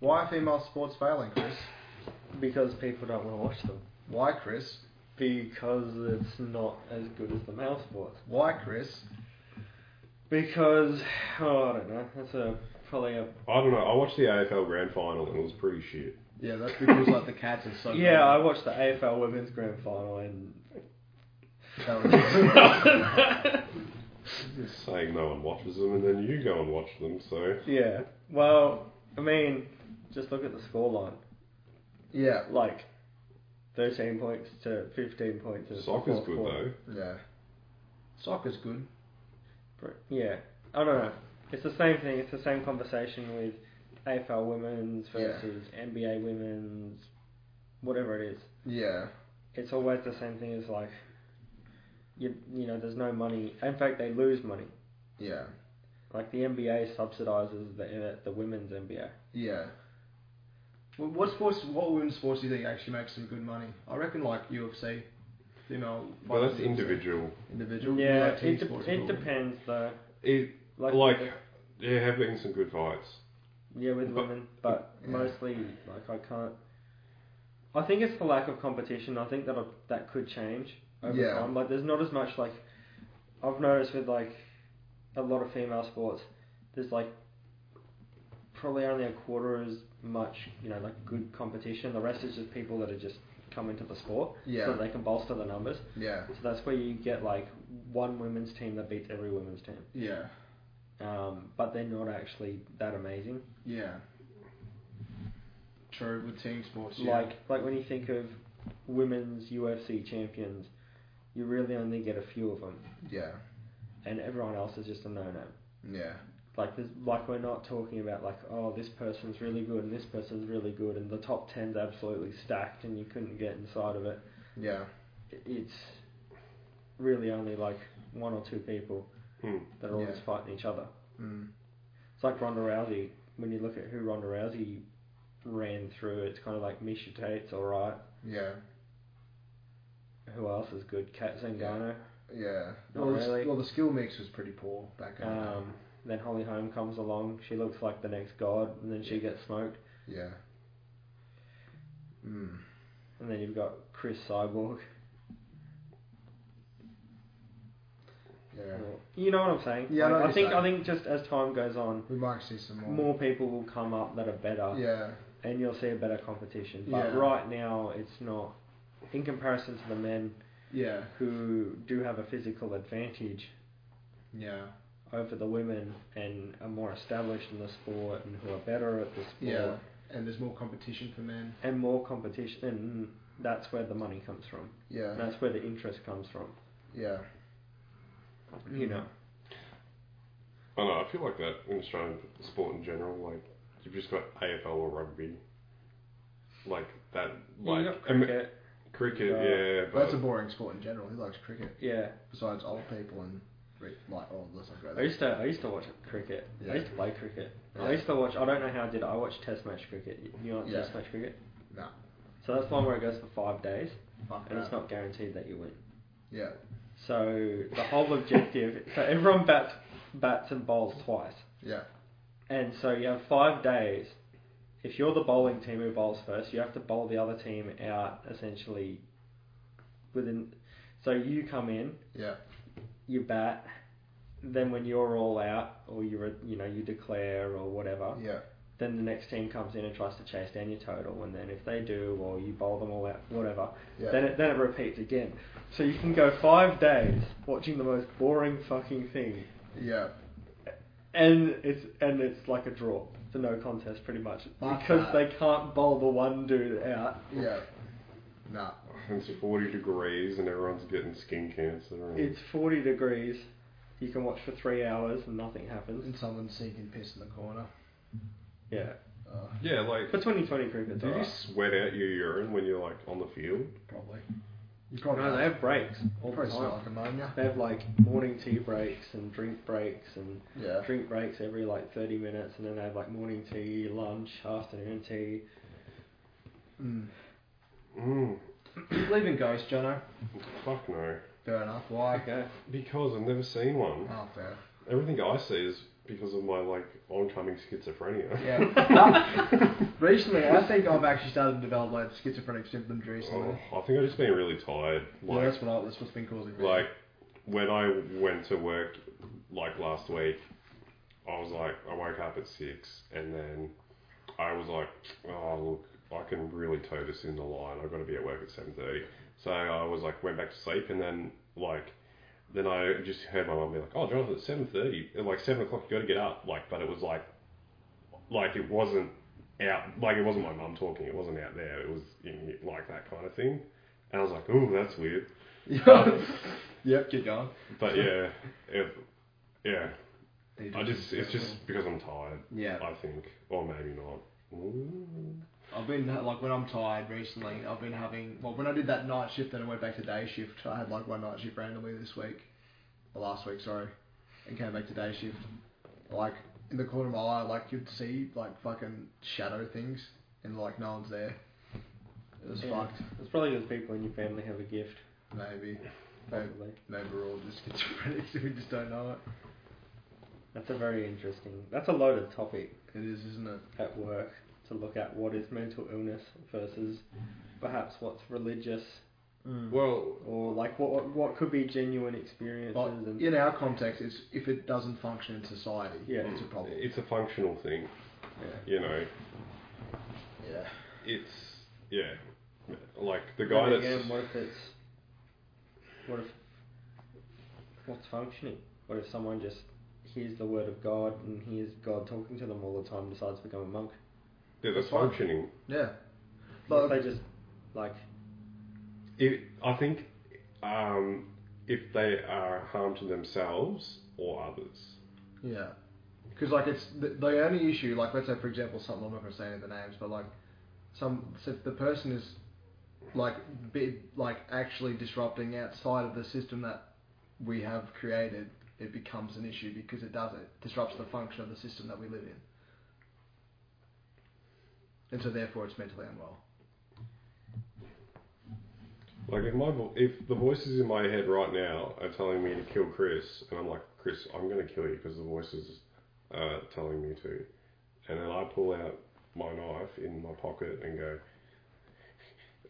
B: why are female sports failing, Chris?
D: Because people don't want to watch them.
B: Why, Chris?
D: Because it's not as good as the male sports.
B: Why, Chris?
D: Because, oh, I don't know. That's a probably a
E: I don't know. I watched the AFL grand final and it was pretty shit.
B: Yeah, that's because like the cats are so.
D: yeah. I watched the AFL Women's Grand Final and
B: That was-
E: Just saying no one watches them, and then you go and watch them. So
D: yeah. Well, I mean, just look at the scoreline.
B: yeah,
D: Like, thirteen points to fifteen points. in the
E: soccer's
D: fourth
E: good
D: quarter.
E: though.
B: yeah. Soccer's good.
D: Br- Yeah, I don't know. It's the same thing. It's the same conversation with AFL women's
B: Yeah.
D: versus NBA women's, whatever it is.
B: Yeah,
D: It's always the same thing as like, you you know, there's no money. In fact, they lose money.
B: yeah,
D: Like the NBA subsidizes the the women's NBA.
B: yeah. Wh- What sports? What women's sports do you think actually makes some good money? I reckon like UFC, female.
E: But that's
B: fighters,
E: individual.
B: Individual.
D: yeah,
B: like team
D: it, de-
B: sports
D: it
B: are cool.
D: depends though.
E: It
D: Like,
E: like there have been some good fights.
D: yeah, with
E: but-
D: women, but
B: Yeah.
D: mostly like I can't. I think it's the lack of competition. I think that that could change over
B: Yeah.
D: time. Like, there's not as much like I've noticed with like a lot of female sports. There's like probably only a quarter as much, you know, like good competition. The rest is just people that are just come into the sport so
B: Yeah,
D: that they can bolster the numbers.
B: yeah,
D: So that's where you get like one women's team that beats every women's team.
B: yeah,
D: Um, but they're not actually that amazing.
B: yeah. True with team sports. Yeah.
D: Like like when you think of women's UFC champions, you really only get a few of them,
B: Yeah,
D: and everyone else is just a no-no.
B: yeah,
D: Like there's, like we're not talking about like oh this person's really good and this person's really good and the top ten's absolutely stacked and you couldn't get inside of it.
B: yeah,
D: I- It's really only like one or two people
E: Hmm.
D: that are
B: Yeah.
D: always fighting each other.
B: mm.
D: It's like Ronda Rousey. When you look at who Ronda Rousey ran through, it's kind of like Misha Tate's alright.
B: yeah,
D: Who else is good? Kat Zingano.
B: yeah.
D: Not
B: well, the s-
D: really.
B: well, the skill mix was pretty poor back in the day.
D: Um, then Holly Holm comes along. She looks like the next god, and then she gets smoked.
B: Yeah. Mm.
D: And then you've got Chris Cyborg.
B: Yeah.
D: You know what I'm saying?
B: Yeah, I know
D: Like,
B: what
D: I,
B: you're
D: think
B: saying.
D: I think just as time goes on,
B: We might see some more.
D: more people will come up that are better,
B: Yeah.
D: and you'll see a better competition. But
B: Yeah.
D: right now, it's not. In comparison to the men
B: Yeah.
D: who do have a physical advantage
B: Yeah.
D: over the women and are more established in the sport and who are better at the sport
B: Yeah. And there's more competition for men.
D: and more competition, and that's where the money comes from.
B: Yeah.
D: That's where the interest comes from.
B: Yeah.
D: You know.
E: I don't know. I feel like that in Australian sport in general. Like you've just got AFL or rugby. Like that.
D: you
E: Like
D: got
E: Am-
D: cricket.
E: cricket,
D: Uh,
E: yeah.
B: But
E: But
B: that's a boring sport in general. Who likes cricket?
D: Yeah.
B: Besides old people and re- like, oh, let's not go
D: I
B: there.
D: used to I used to watch cricket.
B: Yeah.
D: I used to play cricket.
B: Yeah.
D: I used to watch I don't know how I did it, I watched test match cricket. You- You know what
B: Yeah.
D: test match cricket?
B: No.
D: So that's one where it goes for five days
B: Fuck
D: and it's
B: that.
D: not guaranteed that you win.
B: Yeah.
D: So the whole objective so everyone bats bats and bowls twice.
B: Yeah.
D: And so you have five days if you're the bowling team who bowls first, you have to bowl the other team out essentially within. So you come in,
B: Yeah.
D: you bat, then when you're all out or you are you know you declare or whatever,
B: Yeah.
D: then the next team comes in and tries to chase down your total, and then if they do or you bowl them all out, whatever,
B: Yeah.
D: then it then it repeats again. So you can go five days watching the most boring fucking thing,
B: yeah.
D: and it's and it's like a draw. It's a no contest pretty much
A: Fuck that.
D: because they can't bowl the one dude out.
B: Yeah. Nah.
E: It's 40 degrees and everyone's getting skin cancer. And
D: It's 40 degrees. You can watch for three hours and nothing happens.
B: And someone sinking piss in the corner.
D: Yeah.
B: Oh,
E: yeah, like,
D: For 2020 cricket,
B: Uh,
E: do you sweat out your urine when you're like on the field?
B: probably. You
D: No, they have breaks all the
B: Probably smell
D: time.
B: like ammonia.
D: They have like morning tea breaks and drink breaks and
B: Yeah.
D: drink breaks every like 30 minutes, and then they have like morning tea, lunch, afternoon tea.
B: Mm.
E: Mm,
B: Do you believe in ghosts, Jono?
E: fuck no.
B: Fair enough. Why?
D: Okay.
E: Because I've never seen one.
B: Oh, fair.
E: Everything I see is because of my like oncoming schizophrenia.
B: Yeah. recently, I think I've actually started to develop like schizophrenic symptoms recently.
E: Oh, I think I've just been really tired.
B: yeah,
E: Like,
B: that's what I, that's what's been causing me.
E: like when I went to work like last week, I was like I woke up at six and then I was like, oh look, I can really toe this in the line. I've got to be at work at seven thirty. So I was like went back to sleep and then like then I just heard my mum be like, oh Jonathan, it's seven thirty, like seven o'clock, you got to get up. Like, but it was like like it wasn't out like it wasn't my mum talking it wasn't out there it was in, like that kind of thing and i was like ooh that's weird um,
B: yep, get going.
E: but yeah, if, yeah,
B: They
E: I just it's just because I'm tired,
B: yeah.
E: I think, or maybe not. Ooh.
B: I've been like when I'm tired recently, I've been having well when I did that night shift then I went back to day shift. I had like one night shift randomly this week, or last week, sorry, and came back to day shift. Like in the corner of my eye, like you'd see like fucking shadow things, and like no one's there. It was
D: Yeah.
B: fucked.
D: It's probably because people in your family have a gift,
B: Maybe, maybe,
D: probably.
B: maybe we're all just schizophrenics and we just don't know it.
D: That's a very interesting. That's a loaded topic
B: It is, isn't it?
D: at work to look at what is mental illness versus perhaps what's religious Mm.
E: Well,
D: or like what what, what could be genuine experiences
B: But
D: and
B: in our context, it's if it doesn't function in society,
D: Yeah.
B: it's a problem.
E: Mm. it's a functional thing,
D: yeah.
E: you know.
B: Yeah.
E: It's yeah, like the
D: Then
E: guy that's
D: again, what if it's what if what's functioning? What if someone just hears the word of God and hears God talking to them all the time, decides to become a monk?
E: yeah, that's functioning.
B: Yeah.
D: What
B: But
D: if they just like
E: It, I think, um, if they are harm to themselves or others.
B: Yeah, because like it's the, the only issue. Like let's say for example, something I'm not going to say any of the names, but like some so if the person is like be, like actually disrupting outside of the system that we have created, it becomes an issue because it does it disrupts the function of the system that we live in, and so therefore it's mentally unwell.
E: Like if my vo- if the voices in my head right now are telling me to kill Chris, and I'm like, Chris, I'm gonna kill you because the voices are telling me to, and then I pull out my knife in my pocket and go,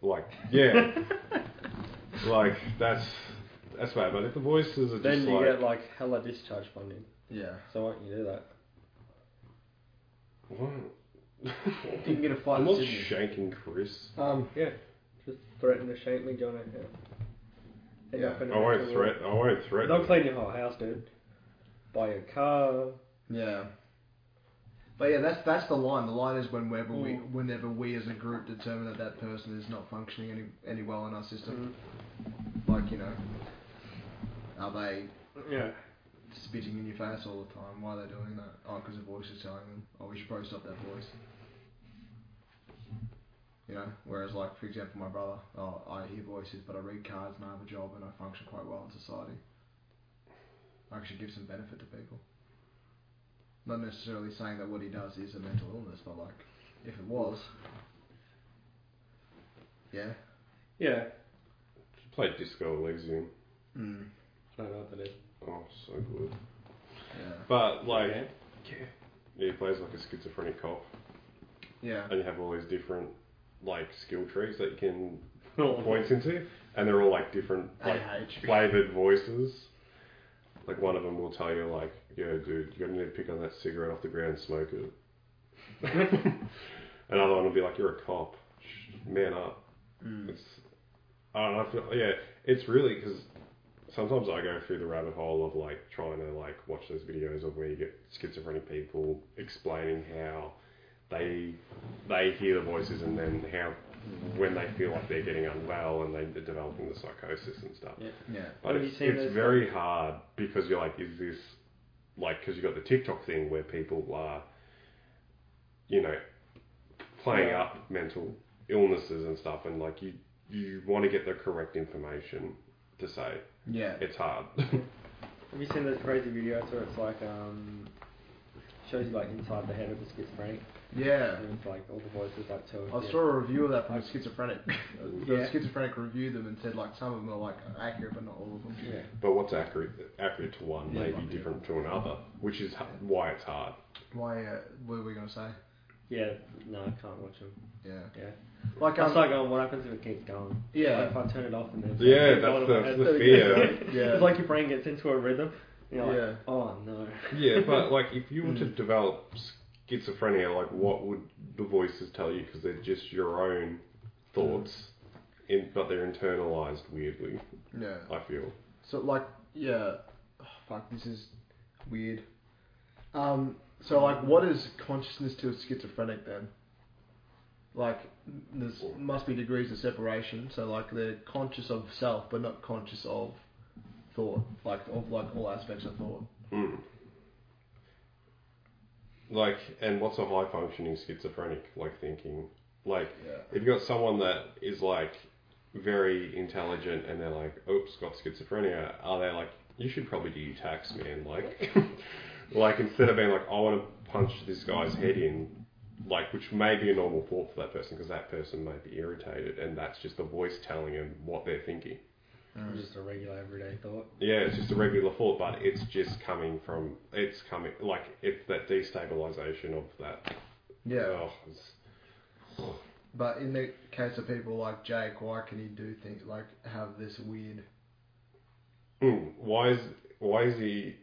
E: like, yeah, like that's that's bad. But if the voices are
D: then
E: just
D: you
E: like,
D: get like hella discharge funding.
B: Yeah,
D: So why don't you do that?
E: what?
B: you can get a flight
E: I'm
B: to
E: not
B: Sydney.
E: shanking Chris.
B: um,
D: Yeah. Just threaten to shake me, John. Yeah.
B: Yeah.
E: I won't threat. I won't
D: They'll
E: threaten.
D: clean your whole house, dude. Buy your car.
B: yeah. But yeah, that's that's the line. The line is whenever we,
D: Mm.
B: whenever we as a group determine that that person is not functioning any any well in our system.
E: Mm-hmm.
B: like you know, are they
D: Yeah.
B: spitting in your face all the time? Why are they doing that? Oh, because a voice is telling them. Oh, we should probably stop that voice. You know, whereas like for example, my brother, oh, I hear voices, but I read cards and I have a job and I function quite well in society. I actually give some benefit to people. Not necessarily saying that what he does is a mental illness, but like, if it was, yeah.
D: Yeah.
E: Play Disco Elysium.
B: Mm.
D: I don't know what that is.
E: Oh, so good.
B: Yeah.
E: But like.
D: Okay.
E: Yeah, he plays like a schizophrenic cop.
B: Yeah.
E: and you have all these different like skill trees that you can
D: Oh.
E: put points into, and they're all like different like
B: I hate you.
E: flavored voices. Like one of them will tell you like, "Yo, dude, you're gonna need to pick up that cigarette off the ground and smoke it." Another one will be like, "You're a cop, Shh, man up."
B: Mm.
E: It's I don't know. I feel, yeah, it's really because sometimes I go through the rabbit hole of like trying to like watch those videos of where you get schizophrenic people explaining how they they hear the voices and then how when they feel like they're getting unwell and they, they're developing the psychosis and stuff.
B: Yeah.
E: But
D: Have you
E: it's,
D: seen
E: it's
D: those
E: very hard because you're like, is this like because you've got the TikTok thing where people are, you know, playing
D: Yeah.
E: up mental illnesses and stuff, and like you you want to get the correct information to say
B: Yeah.
E: it's hard.
D: Have you seen those crazy videos where it's like um shows you like inside the head of the schizophrenic
B: Yeah.
D: and it's like all the voices like to
B: I saw a review of that from a schizophrenic. the
D: Yeah.
B: schizophrenic reviewed them and said like some of them are like accurate but not all of them.
D: yeah.
E: but what's accurate accurate to one
B: Yeah,
E: may
B: might
E: be
B: be.
E: different to another, which is h- why it's hard.
B: Why? Uh, what were we gonna say?
D: Yeah, no, I can't watch them.
B: Yeah.
D: Yeah.
B: Like
D: I
B: um,
D: start going, what happens if it keeps going?
B: yeah.
D: What if I turn it off and then
E: Yeah,
D: it's
E: that's
D: like,
E: the-
D: oh,
E: that's the
D: it
E: fear.
D: goes-
B: Yeah.
D: It's like your brain gets into a rhythm. And you're like,
B: Yeah.
D: oh no.
E: Yeah, but like if you were to
B: Mm.
E: develop schizophrenia, like what would the voices tell you? Because they're just your own thoughts, in, but they're internalized weirdly.
B: Yeah.
E: I feel.
B: So like yeah, oh, fuck. This is weird. Um. So like, what is consciousness to a schizophrenic then? Like, there must be degrees of separation. So like, they're conscious of self, but not conscious of thought. Like of like all aspects of thought.
E: Mm. Like, and what's a high functioning schizophrenic like thinking? Like,
B: Yeah.
E: if you've got someone that is like very intelligent and they're like, oops, got schizophrenia, are they like, you should probably do your tax, man? Like, like instead of being like, I want to punch this guy's head in, like, which may be a normal thought for that person because that person may be irritated and that's just the voice telling them what they're thinking.
B: Mm.
D: It's just a regular everyday thought.
E: Yeah, it's just a regular thought, but it's just coming from, it's coming, like, it's that destabilization of that.
B: Yeah.
E: Oh, it's-
B: But in the case of people like Jake, why can he do things like have this weird?
E: Mm, why is why is he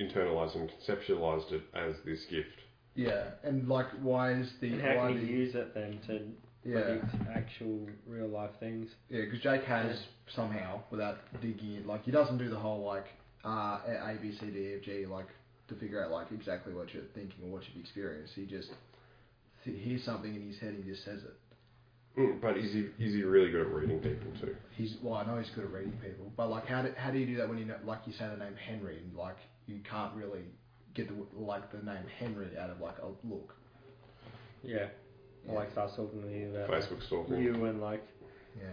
E: internalized and conceptualized it as this gift?
B: Yeah, and like why is the
D: And how
B: why
D: can you
B: the-
D: use it then to
B: yeah
D: predict actual real life things?
B: yeah because Jake has somehow without digging it like he doesn't do the whole like uh, A B C D E F G like to figure out like exactly what you're thinking or what you've experienced. He just he hears something in his head and he just says it.
E: Mm, but is he is he really good at reading people too?
B: He's well, I know he's good at reading people, but like how do, how do you do that when you know, like you say the name Henry and like you can't really get the like the name Henry out of like a look.
D: Yeah.
B: Yeah.
D: Or like starts talking to you about like,
E: Facebook stalking.
D: you and like
B: Yeah.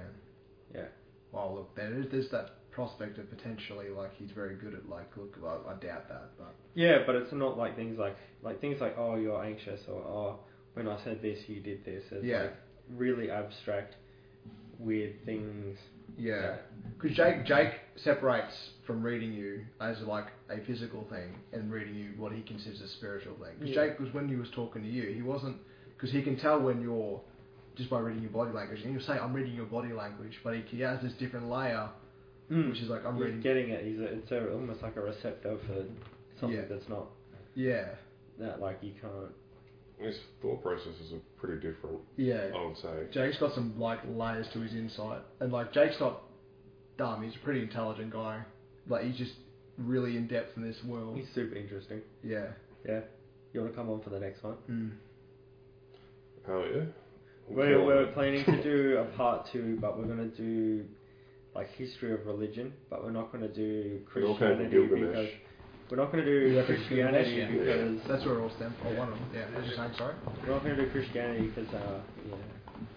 D: Yeah.
B: Well, look, there is there's that prospect of potentially like he's very good at like look. Well, I doubt that, but
D: Yeah, but it's not like things like like things like oh you're anxious or oh when I said this you did this. It's
B: Yeah.
D: like really abstract, weird things.
B: yeah, because Jake Jake separates from reading you as like a physical thing and reading you what he considers a spiritual thing. Because
D: Yeah.
B: Jake was when he was talking to you, he wasn't because he can tell when you're just by reading your body language, and he'll say I'm reading your body language, but he, he has this different layer,
D: Mm.
B: which is like I'm
D: He's
B: reading
D: getting it. He's a, it's a, almost like a receptor for something
B: Yeah.
D: that's not
B: yeah
D: that like you can't.
E: His thought processes are pretty different,
B: yeah.
D: Oh.
E: I would say.
B: Jake's got some like layers to his insight, and like Jake's not dumb. He's a pretty intelligent guy. Like he's just really in depth in this world.
D: He's super interesting.
B: Yeah.
D: You want to come on for the next one?
B: Mm.
E: Oh yeah.
D: We're, we're planning to do a part two, but we're gonna do like history of religion, but we're not gonna do
E: We're not
D: Christianity
E: going to Gilgamesh.
D: because we're not gonna do
B: Yeah,
D: Christianity
A: Christianity,
E: yeah.
D: because
B: That's where it all stems. Oh, one of them. Yeah. What was you saying? Sorry.
D: We're not going to do Christianity because, uh,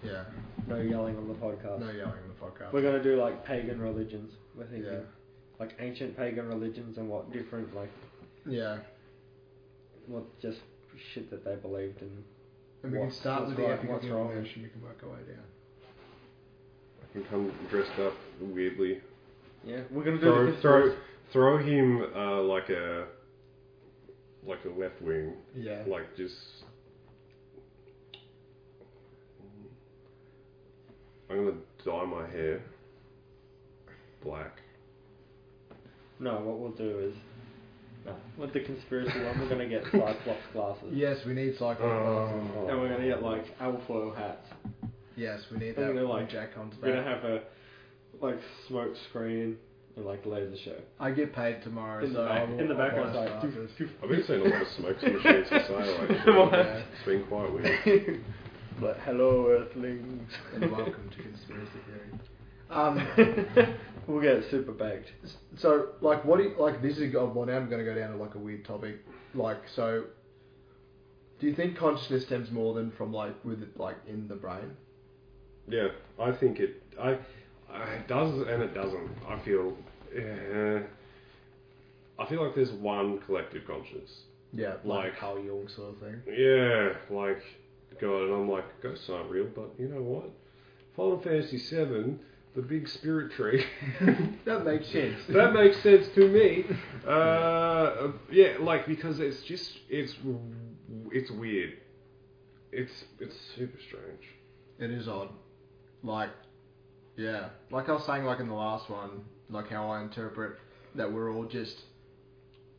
D: yeah,
B: Yeah.
D: no yelling on the podcast.
B: No yelling in the podcast.
D: We're going to do like pagan religions. We're thinking
B: Yeah.
D: like ancient pagan religions and what different like
B: Yeah.
D: what just shit that they believed in.
B: And we can
D: What's-
B: start
D: what's
B: with the
D: right,
B: epic of
D: what's wrong?
B: Gilgamesh, and we can work our way down.
E: I can come dressed up weirdly.
D: Yeah, we're going to do
E: Throw
D: the
E: throw throw him uh, like a like a left wing,
B: Yeah.
E: like just I'm gonna dye my hair black.
D: No, what we'll do is. No, with the conspiracy one, we're gonna get Cyclops glasses.
B: Yes, we need
D: Um,
B: cycling glasses.
E: Oh.
D: And we're gonna get like alfoil hats.
B: Yes, we need
D: I'm
B: that
D: gonna,
B: when
D: like,
B: Jack comes
D: We're gonna
B: back.
D: have a like smoke screen and like laser show.
B: I get paid tomorrow,
D: In the
B: so
D: back-
B: I will
D: in the
B: I'll buy us
D: background, like, doof,
B: glasses.
E: I've been seeing a lot of smoke machines for sale. Actually.
B: Yeah.
E: It's been quite weird.
D: But hello, Earthlings.
B: And welcome to conspiracy theory. Um,
D: Um, we'll get super baked.
B: so like, what do you, like this is oh, well now I'm going to go down to like a weird topic. Like, so do you think consciousness stems more than from like with like in the brain?
E: Yeah, I think it. I, I it does and it doesn't. I feel. Uh, I feel like there's one collective conscious.
B: Yeah,
E: Like-
B: like Carl Jung sort of thing.
E: Yeah, like God, and I'm like ghosts aren't real, but you know what? Final Fantasy VII, the big spirit tree.
B: That makes sense.
E: that makes sense to me. Uh, yeah, like because it's just it's it's weird. It's it's super strange.
B: It is odd. Like, yeah. Like I was saying, like in the last one, like how I interpret that we're all just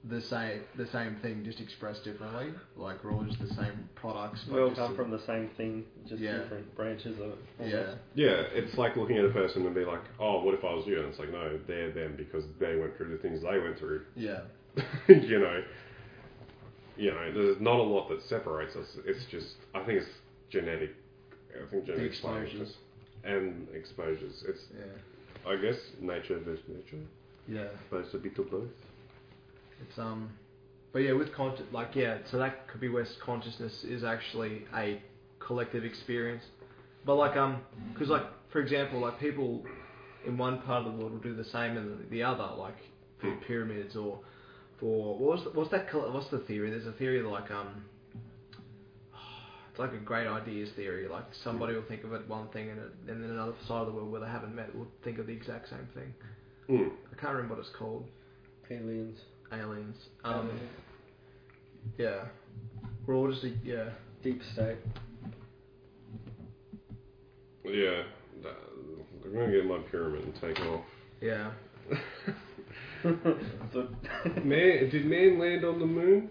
B: the same, the same thing, just expressed differently. Like we're all just the same products. but
D: We all
B: just
D: come
B: in-
D: from the same thing, just
B: Yeah.
D: different branches of it.
B: Yeah.
E: Yeah, it's like looking at a person and be like, oh, what if I was you? And it's like, no, they're them because they went through the things they went through.
B: Yeah.
E: you know, you know, there's not a lot that separates us. It's just, I think it's genetic. I think genetic
B: exposures.
E: and exposures. It's,
B: Yeah.
E: I guess, nature versus nature,
B: Yeah.
E: but it's a bit of both.
B: It's um, but yeah, with conscious, like yeah, so that could be where consciousness is actually a collective experience. But like um, because like for example, like people in one part of the world will do the same in the other, like for
E: Hmm.
B: pyramids or for what was the, what's that col- what's the theory? There's a theory like um. It's like a great ideas theory. Like somebody will think of it one thing, and, it, and then another side of the world where they haven't met will think of the exact same thing.
E: Mm.
B: I can't remember what it's called.
D: Aliens.
B: Aliens. Um, yeah. We're all just a, yeah.
D: Deep state.
E: Yeah, that- I'm gonna get my pyramid and take off.
B: Yeah.
D: So,
E: Man, did man land on the moon?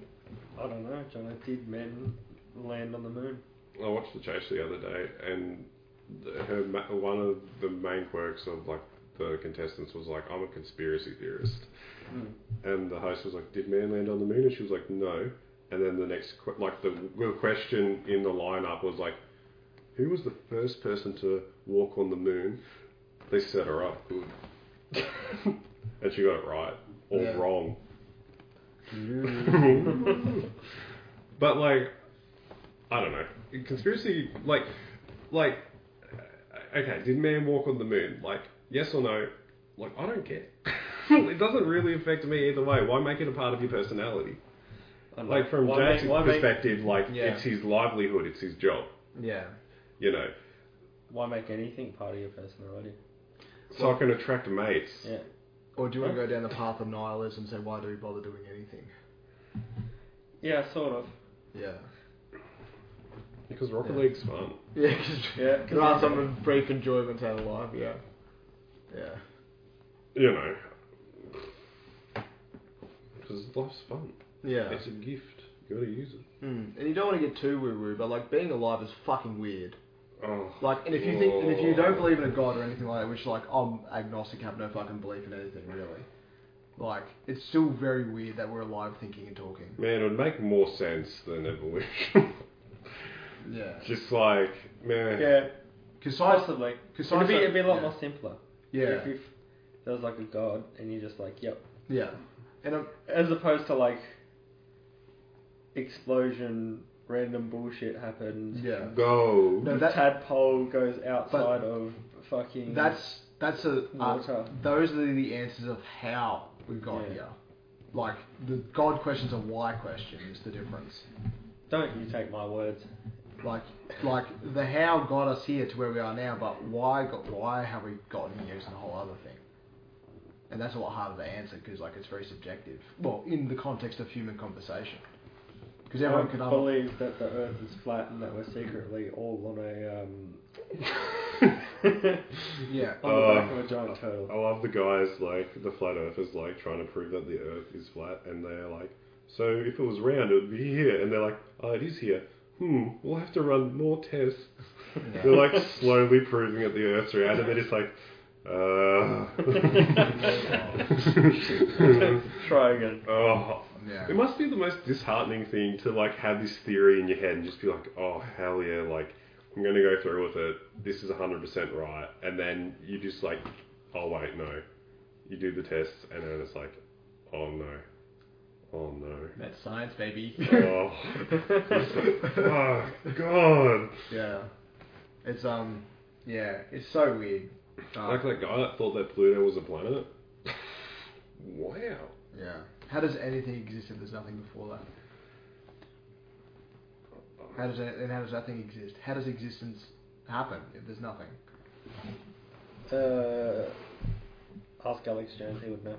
D: I don't know, John. Did men land on the moon?
E: I watched the chase the other day, and her ma- one of the main quirks of like the contestants was like, "I'm a conspiracy theorist,"
B: Hmm.
D: Mm.
E: and the host was like, "Did man land on the moon?" And she was like, "No." And then the next, que- like the, the question in the lineup was like, "Who was the first person to walk on the moon?" They set her up good, and she got it right or
B: Yeah.
E: wrong. but like, I don't know. Conspiracy, like, like, uh, okay, did man walk on the moon? Like, yes or no? Like, I don't care. it doesn't really affect me either way. Why make it a part of your personality?
D: I don't
E: Like
D: know.
E: from
D: Why
E: Jack's
D: make- why make-
E: perspective, like
B: Yeah.
E: it's his livelihood, it's his job.
B: Yeah.
E: You know,
D: Why make anything part of your personality?
E: so I can attract mates.
D: Yeah.
B: Or do you want to go down the path of nihilism and say, why do we bother doing anything?
D: Yeah, sort of.
B: Yeah.
E: Because Rocket
B: Yeah.
E: League's fun.
B: Yeah, because
D: Yeah, 'cause
B: there are some brief enjoyments out of life, yeah. Yeah.
E: You know, because life's fun.
B: Yeah.
E: It's a gift. You gotta use it.
B: Mm. And you don't want to get too woo woo, but like being alive is fucking weird.
E: Oh,
B: Like, and if you think, and if you don't believe in a god or anything like that, which like I'm agnostic, have no fucking belief in anything really. Like, it's still very weird that we're alive, thinking and talking.
E: man, it would make more sense than evolution.
B: Yeah.
E: Just like man,
D: Yeah,
B: Because science,
D: possibly.
B: because
D: It'd
B: science,
D: be, it'd be a lot
B: yeah.
D: more simpler. If,
B: Yeah.
D: if there was like a god and you're just like, yep.
B: Yeah. And um,
D: As opposed to like explosion, random bullshit happens.
B: yeah.
E: go.
B: No,
D: The
B: that-
D: tadpole goes outside of fucking.
B: That's that's a uh,
D: Water.
B: those are the answers of how we got
D: Yeah.
B: here. Like the God questions and why question is the difference.
D: Don't you take my words.
B: Like like the how got us here to where we are now, but why got why have we gotten here is the whole other thing. And that's a lot harder to answer because like it's very subjective. Well, in the context of human conversation, because everyone could.
D: I
B: Un-
D: believe that the Earth is flat and that we're secretly all on a um,
B: yeah,
D: on the back
E: Um,
D: of a giant turtle.
E: I love the guys like the flat earthers like trying to prove that the earth is flat and they're like, so if it was round it would be here and they're like, oh it is here. Hmm, we'll have to run more tests. They're like slowly proving that the earth's round and they're just like, uh
D: Try again.
E: Oh,
B: yeah.
E: it must be the most disheartening thing to like have this theory in your head and just be like, oh hell yeah, like I'm gonna go through with it. This is 100% right, and then you just like, oh wait, no. You do the tests, and then it's like, oh no, oh no,
A: That's science, baby.
E: oh, oh god.
B: Yeah. It's um yeah, it's so weird. Uh,
E: Like that guy that thought that Pluto was a planet. Wow.
B: yeah. How does anything exist if there's nothing before that? How does that, and how does that thing exist? How does existence happen if there's nothing?
D: Uh, ask Alex Jones, he would know.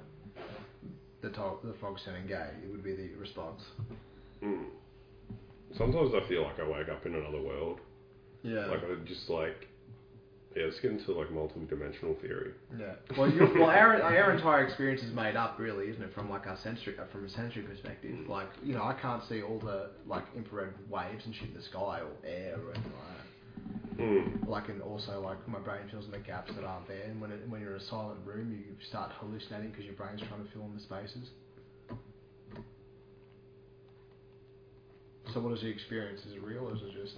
B: The to- the frog sounding gay, it would be the response.
E: Mm. Sometimes I feel like I wake up in another world.
B: Yeah.
E: Like I just like yeah, let's get into like multi-dimensional theory.
B: yeah. Well, you well, our, our entire experience is made up, really, isn't it? From like our sensory, uh, from a sensory perspective,
E: Mm.
B: like you know, I can't see all the like infrared waves and shit in the sky or air or anything like that.
E: Mm.
B: like and also like my brain fills in the gaps that aren't there and when it, when you're in a silent room you start hallucinating because your brain's trying to fill in the spaces so what is the experience is it real or is it just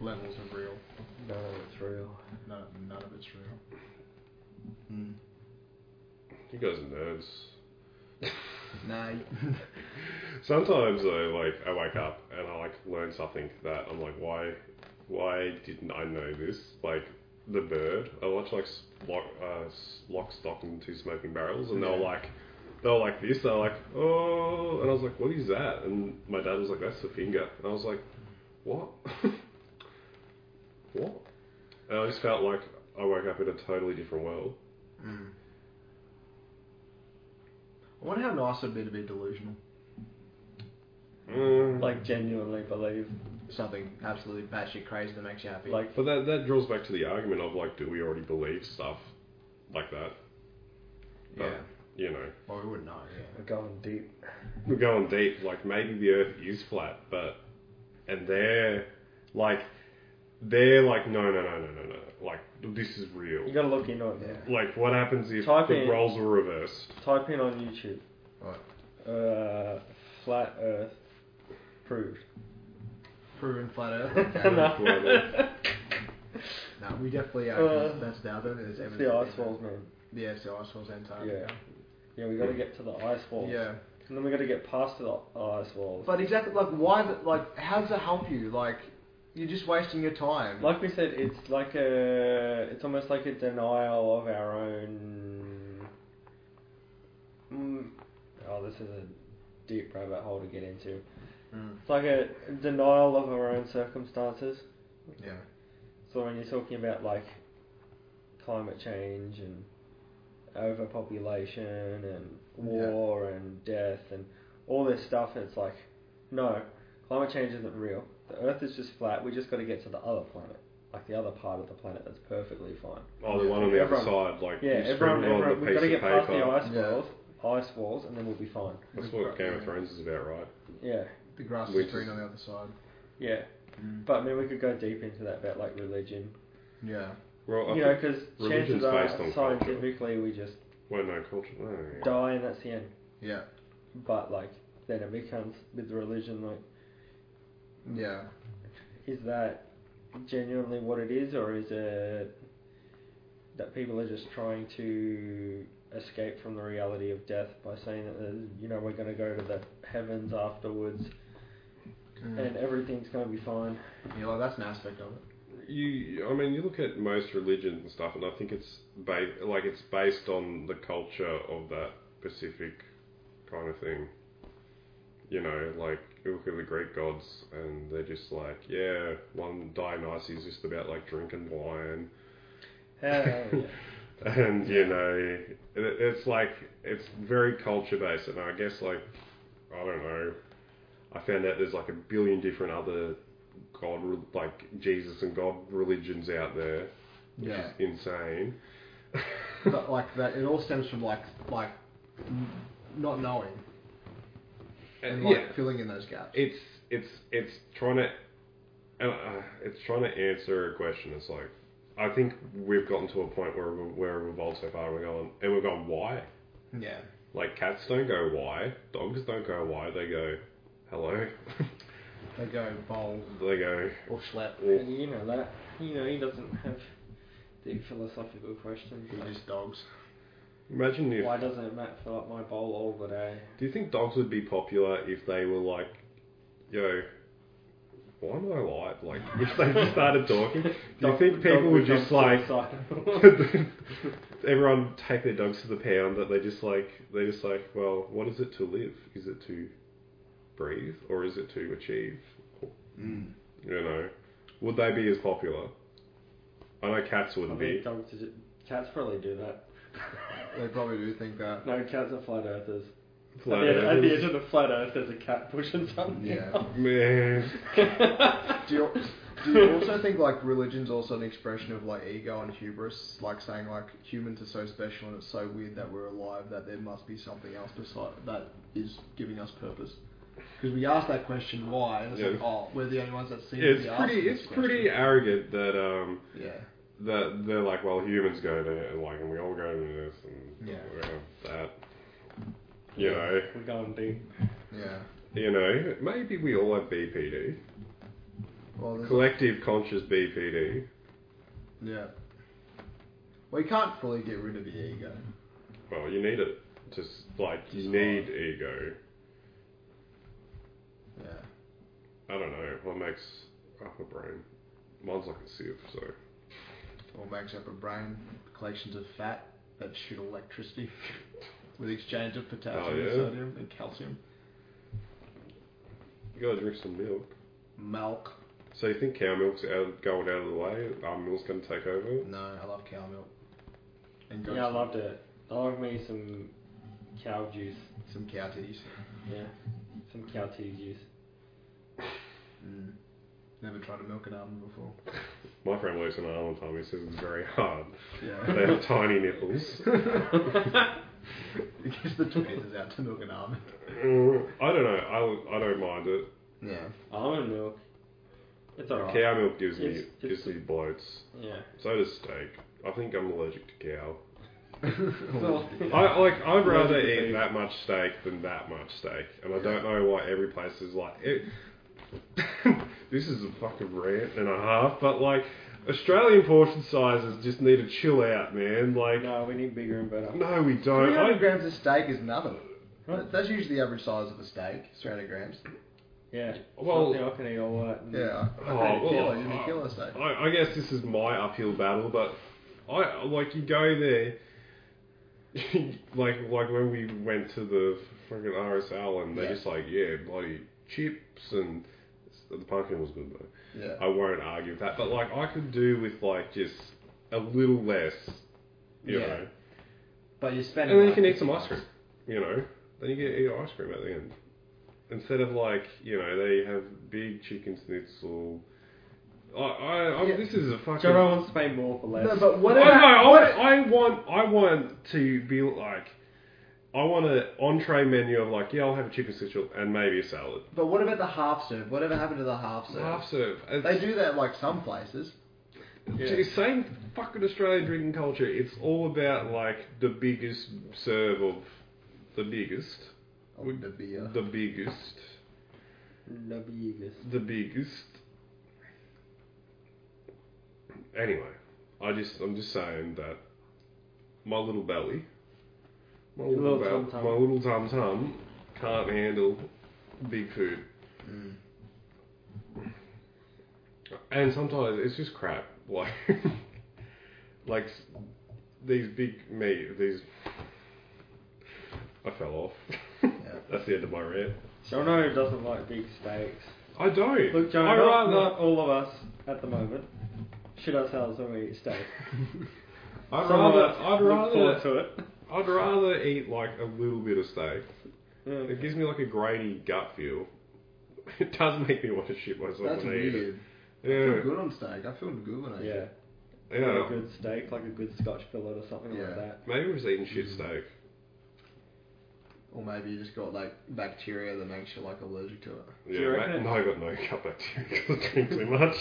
B: levels of real
D: No, it's real.
B: none, none of it's real mm.
E: You guys are nerds.
A: no,
E: Sometimes though, like I wake up and I like learn something that I'm like, why, why didn't I know this? Like the bird. I watch like S- lock, uh, S- lock, stock, and two smoking barrels, and they were
B: Yeah.
E: like, they were like this. They're like, oh, and I was like, what is that? And my dad was like, that's the finger. And I was like, what? what? And I just felt like I woke up in a totally different world.
B: Mm. I wonder how nice it would be to be delusional
E: Mm.
D: Like, genuinely believe.
B: something absolutely batshit crazy that makes you happy
D: Like,
E: But that that draws back to the argument of like, do we already believe stuff like that?
B: yeah
E: You know,
B: well we wouldn't know yeah
D: we're going deep.
E: we're going deep. Like maybe the Earth is flat, but and they're like they're like no no no no no no like this is
D: You
E: real.
D: gotta look into it, man.
E: Like what happens if
D: Type
E: the
D: in-
E: roles were reversed?
D: Type in on YouTube.
B: Right.
D: Uh, flat Earth proved.
B: proven flat earth okay.
E: Whatever.
B: No, we definitely are.
D: Uh,
B: that's the other. There's
D: It's
B: evidence.
D: the ice walls, man.
B: Yeah, it's the ice walls Antarctica.
D: Yeah, we gotta get to the ice walls.
B: Yeah.
D: And then we gotta get past the ice walls.
B: But exactly, like, why? The, like, how does it help you? Like, you're just wasting your time.
D: Like we said, it's like a, it's almost like a denial of our own. Mm, oh, this is a deep rabbit hole to get into.
B: Mm,
D: It's like a denial of our own circumstances.
B: yeah.
D: So when you're talking about like climate change and overpopulation and war and death and all this stuff, it's like, no, climate change isn't real. The Earth is just flat. We just got to get to the other planet, like the other part of the planet that's perfectly fine.
E: Oh, the one on the other
D: Everyone-
E: side, like
D: Yeah,
E: you scribble
D: everyone,
E: on
D: everyone,
E: the
D: we've got to
E: piece
D: get
E: of
D: past the
E: paper.
D: ice
B: Yeah.
D: walls, ice walls, and then we'll be fine.
E: That's what Game of Thrones is about, right?
D: Yeah,
B: The grass
E: Which
B: is green
E: is-
B: on the other side.
D: yeah. But I mean, we could go deep into that about like religion.
B: Yeah.
E: Well, I
D: you know,
E: think,
D: because
E: Oh. religion's
D: chances are
E: based on culture.
D: scientifically we just
E: well, no culture. No, yeah.
D: die and that's the end.
B: Yeah.
D: But like then it becomes with religion like
B: Yeah.
D: is that genuinely what it is or is it that people are just trying to escape from the reality of death by saying that there's- you know we're going to go to the heavens afterwards
B: Mm.
D: and everything's going to be fine.
B: yeah, like, that's an aspect of it.
E: You, I mean, you look at most religions and stuff, and I think it's ba- like it's based on the culture of that specific kind of thing. You know, like you look at the Greek gods, and they're just like, yeah, one Dionysus is just about like drinking wine,
D: Hell,
E: and you know, it, it's like it's very culture based, and I guess like I don't know. I found out there's like a billion different other God, re- like Jesus and God religions out there, which
B: Yeah.
E: is insane.
B: but like that, it all stems from like like n- not knowing and like
E: yeah,
B: filling in those gaps.
E: it's it's it's trying to uh, uh, it's trying to answer a question. It's like I think we've gotten to a point where we- where we've evolved so far. We're going and we're going why?
B: yeah.
E: Like cats don't go why, dogs don't go why. They go hello.
B: They go bowl
E: they go
B: or schlep.
E: "Oh,
D: And you know that. You know, he doesn't have deep philosophical questions.
B: They're just dogs.
E: Imagine if.
D: Why doesn't Matt fill up my bowl all the day?
E: Do you think dogs would be popular if they were like, yo, why am I alive? Like, if they just started talking? Do you
D: Dog-
E: think
D: dog
E: people would just
D: become
E: like.
D: suicidal.
E: everyone take their dogs to the pound that they just like. They just like, well, what is it to live? Is it to breathe? Or is it to achieve?
B: Mm.
E: You know? Would they be as popular? I know cats
D: I
E: wouldn't
D: think
E: be.
D: dogs is- cats probably do that.
B: They probably do think that.
D: No, cats are flat earthers.
E: Flat
D: at, the, at the edge
E: earthers.
D: of the flat earth, there's a cat pushing something.
B: Yeah.
E: Man.
B: Do you, do you also think like religion's also an expression of like ego and hubris, like saying like humans are so special and it's so weird that we're alive that there must be something else beside that is giving us purpose? Because we ask that question why, and it's like
E: Yeah.
B: oh, we're the only ones that seem to
E: It's
B: be
E: pretty.
B: asking
E: It's
B: this
E: pretty arrogant that um,
B: question. Yeah.
E: that they're like, well, humans go there, and like, and we all go to this, and
B: Yeah.
E: we have that. You know,
D: We're going deep.
B: Yeah.
E: you know, maybe we all have BPD,
B: Well, there's
E: collective conscious BPD.
B: yeah. Well, you can't fully get rid of the ego.
E: Well, you need it. Just like you
B: Just
E: need ego.
B: Yeah.
E: I don't know what makes up a brain. Mine's like a sieve, so
B: All makes up a brain, collections of fat that shoot electricity with exchange of potassium,
E: Oh, yeah?
B: and sodium, and calcium.
E: you gotta drink some milk.
B: Milk.
E: So you think cow milk's out, going out of the way? Our milk's gonna take over?
B: No, I love cow milk. And goat's
D: Yeah, I
B: milk.
D: loved it. I love me some cow juice.
B: some cow titties.
D: Yeah. Some cow tea juice.
B: Mm. Never tried to milk an almond before.
E: My friend lives in Ireland, Tommy says it's very hard. they
B: Yeah.
E: have tiny nipples.
B: because the twins is out to milk an almond.
E: Mm, I don't know. I, I don't mind it.
B: Yeah.
D: Almond milk. It's alright.
E: Cow milk gives me
D: It's- it's
E: gives me bloats.
D: Yeah.
E: So does steak. I think I'm allergic to cow.
D: Well,
E: I like. I'd rather
D: Allergic to
E: eat
D: beef.
E: that much steak than that much steak, and I don't know why every place is like. It, this is a fucking rant and a half, but like Australian portion sizes just need to chill out, man. Like,
D: no, we need bigger and better.
E: no, we don't.
B: 300
E: I,
B: grams of steak is nothing.
D: Huh?
B: That- That's usually the average size of a steak, 300 grams.
D: Yeah.
E: Well-
D: Something I can eat all that. and-
B: Yeah, I- I'd eat
E: Oh,
B: a kilo,
E: well,
B: you'd eat a kilo of steak.
E: I, I guess this is my uphill battle, but I like you go there, like like when we went to the fucking RSL and they're
B: Yeah.
E: just like, yeah, bloody chips and the pumpkin was good though.
B: Yeah.
E: I won't argue with that, but like I could do with like just a little less, you
B: Yeah.
E: know,
B: But you're
E: and
B: spending.
E: then you can eat some ice cream, you know, then you get eat ice cream at the end. Instead of like you know they have big chicken schnitzel. I, I, I'm,
D: Yeah.
E: This is a fucking.
D: John, I want to pay more for less.
B: No, but what
E: I,
B: about
E: know,
B: what,
E: I, I want I want to be like I want an entree menu of like yeah I'll have a chicken schnitzel and maybe a salad
B: But what about the half serve? Whatever happened to the half serve?
E: half serve. It's,
B: Uh-huh. They do that like some places.
E: it's the same fucking Australian drinking culture. It's all about like the biggest serve of the biggest,
B: Oh,
E: We-
B: the beer.
E: the biggest,
D: The biggest.
E: the biggest. Anyway, I just I'm just saying that my little belly, my
D: Your little
E: little, bel-
D: tum-tum.
E: my little tum tum, can't handle big food,
B: Mm.
E: and sometimes it's just crap. Like, like s- these big meat these. I fell off.
B: Yeah.
E: That's the end of my rant.
D: John O doesn't like big steaks.
E: I don't.
D: Look, John,
E: I
D: not,
E: rather
D: not all of us at the moment shit ourselves when we eat steak.
E: I'd
D: Some of
E: rather
D: us
E: I'd
D: look forward
E: rather
D: to it.
E: I'd rather eat like a little bit of steak.
D: Yeah.
E: It gives me like a grainy gut feel. It does make me want to shit myself
B: That's
E: when I eat it.
B: weird. I feel good on steak. I feel good when I eat
D: Yeah.
B: it.
E: Yeah. yeah.
D: A good steak, like a good Scotch fillet or something
B: Yeah.
D: like that.
E: Maybe we're just eating shit steak.
B: Or maybe you just got like bacteria that makes you like allergic to it.
E: Yeah,
D: you reckon it-
E: mate, no, I got no cup bacteria because I drink too much.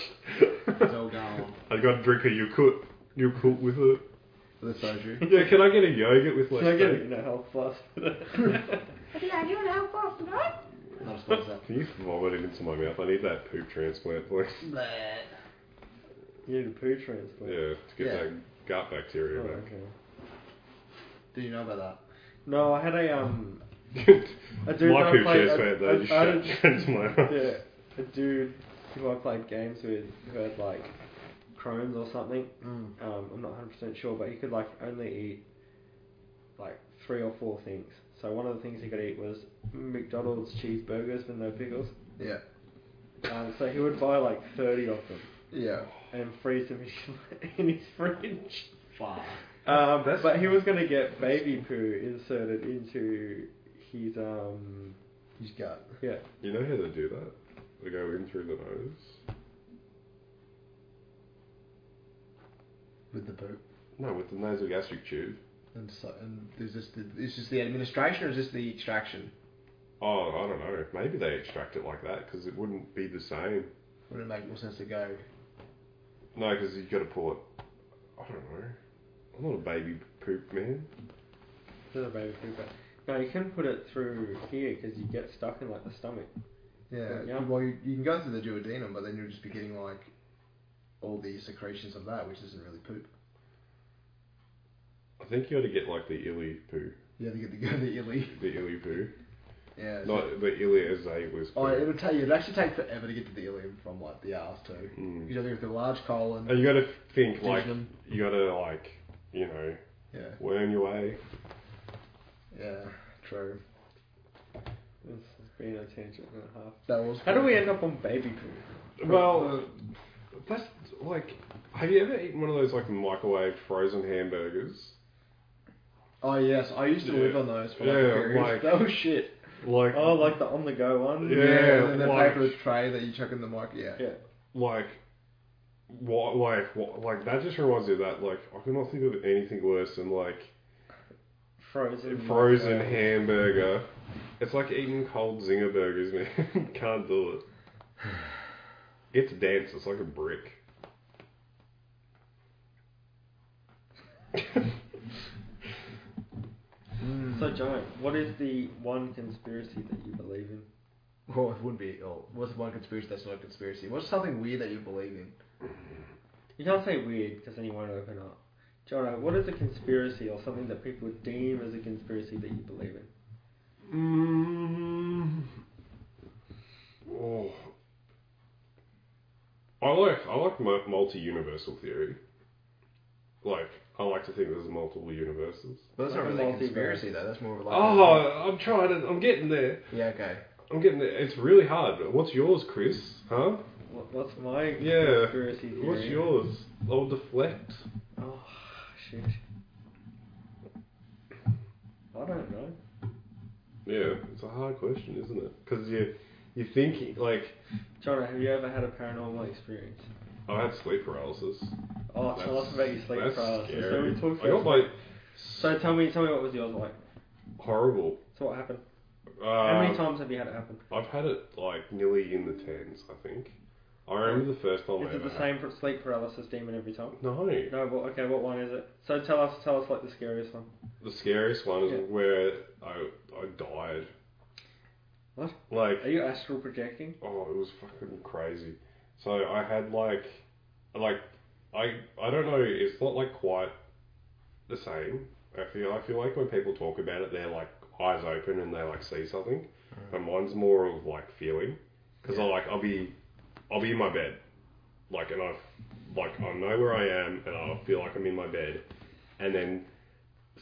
A: It's all going on.
E: I got to drink a Yakult, Yakult with it.
B: For the soju.
E: Yeah, can I get a yogurt with my
D: Can I get
E: steak?
D: it? No, health plus.
F: Yeah, you want to help us tonight?
B: Not as well as that.
E: Can you vomit it into my mouth? I need that poop transplant, please.
D: You need a poo transplant.
E: Yeah, to get
B: Yeah.
E: that gut
D: Oh,
E: bacteria back.
D: okay.
B: Do you know about that?
D: No, I had a um. A dude
E: my
D: that
E: poop
D: I played,
E: transplant,
D: I,
E: though,
D: I,
E: just
D: I
E: shit
D: had-
E: into my mouth.
D: yeah, a dude who I played games with who had like Crohn's or something.
B: Mm.
D: Um, I'm not 100% sure, but he could like only eat like three or four things. So one of the things he could eat was McDonald's cheeseburgers with no pickles.
B: Yeah.
D: Um, so he would buy like 30 of them
B: Yeah.
D: and freeze them in his fridge.
A: Fuck.
D: Um, but he was going to get baby poo inserted into his um.
B: He's got.
E: You know how they do that? They go in through the nose?
B: With the poop.
E: No, with the nasogastric tube.
B: And so, and there's just the,
A: Is this the administration or is this the extraction?
E: Oh, I don't know. Maybe they extract it like that because it wouldn't be the same.
B: would it make more sense to go?
E: No, because you've got to pull it. I don't know. I'm not a baby poop man.
D: Not a baby poo, but no, you can put it through here because you get stuck in like the stomach.
B: Yeah.
D: Yeah.
B: Well, you, you can go through the duodenum, but then you'll just be getting like all the secretions of that, which isn't really poop.
E: I think you got to get like the illy poo.
B: You have to get to go to the illy.
E: The illy poo.
B: Yeah. so-
E: Not the illy as a was.
B: oh,
E: poo.
B: it'll take you. It'd actually take forever to get to the ileum from like the arse too.
E: Mm.
B: You have to go through large colon.
E: And Oh, you got to think like
B: duodenum.
E: you got to like you know
B: Yeah.
E: worm your way.
B: Yeah. True.
D: This has been a tangent and a half.
B: That was.
D: How do we end up on baby poo?
E: Well,
B: uh,
E: that's like. Have you ever eaten one of those like microwave frozen hamburgers?
B: Oh yes, I used to
E: Yeah.
B: live on those for like
E: Yeah,
B: a period.
E: like-
B: That was shit.
E: Like
D: Oh, like the on the go one?
E: Yeah,
B: and then that
E: like-
B: paper tray that you chuck in the mic. Yeah.
D: Yeah.
E: like what like what like that just reminds me of that like I cannot think of anything worse than like
D: Frozen.
E: frozen
D: microwave.
E: hamburger. It's like eating cold zinger burgers, man. Can't do it. It's dense. It's like a brick.
B: Mm.
D: So, Joe, what is the one conspiracy that you believe in?
B: Well, it wouldn't be. Oh, what's one conspiracy that's not a conspiracy? What's something weird that you believe in?
D: You can't say weird because then you won't open up. Jono, what is a conspiracy or something that people deem as a conspiracy that you believe in?
E: Mm. Oh. I like I like mu- multi-universal theory. Like I like to think there's multiple universes.
B: But that's
D: Like
B: not
D: a
B: really a
D: multiverse.
B: conspiracy though. That's more of like. a-
E: Oh, I'm trying to. I'm getting there.
B: Yeah. Okay.
E: I'm getting there. It's really hard. What's yours, Chris? Huh?
D: What, what's my
E: Yeah.
D: conspiracy theory?
E: What's yours? I'll deflect.
D: Oh, shit. I don't know.
E: Yeah, it's a hard question, isn't it? Because you you think like
D: Jono, have you ever had a paranormal experience?
E: oh, I had sleep paralysis.
D: Oh, tell us about your sleep
E: that's
D: paralysis. So
E: scary.
D: we talked
E: I got
D: about.
E: like
D: So tell me, tell me what was yours like.
E: horrible.
D: So what happened?
E: Uh,
D: How many times have you had it happen?
E: I've had it like nearly in the tens, I think. I remember the first time I
D: Is it
E: ever
D: the
E: had
D: same for sleep paralysis demon every time?
E: No,
D: No, well, okay, what one is it? So tell us, tell us like the scariest one.
E: the scariest one is
D: Yeah.
E: where I I died.
D: What?
E: Like
D: Are you astral projecting?
E: oh, it was fucking crazy. So I had like, like, I I don't know. It's not like quite the same. I feel I feel like when people talk about it, they're like eyes open and they like see something, but mine's more of like feeling. Because I like I'll be I'll be in my bed, like and I like I know where I am and I feel like I'm in my bed, and then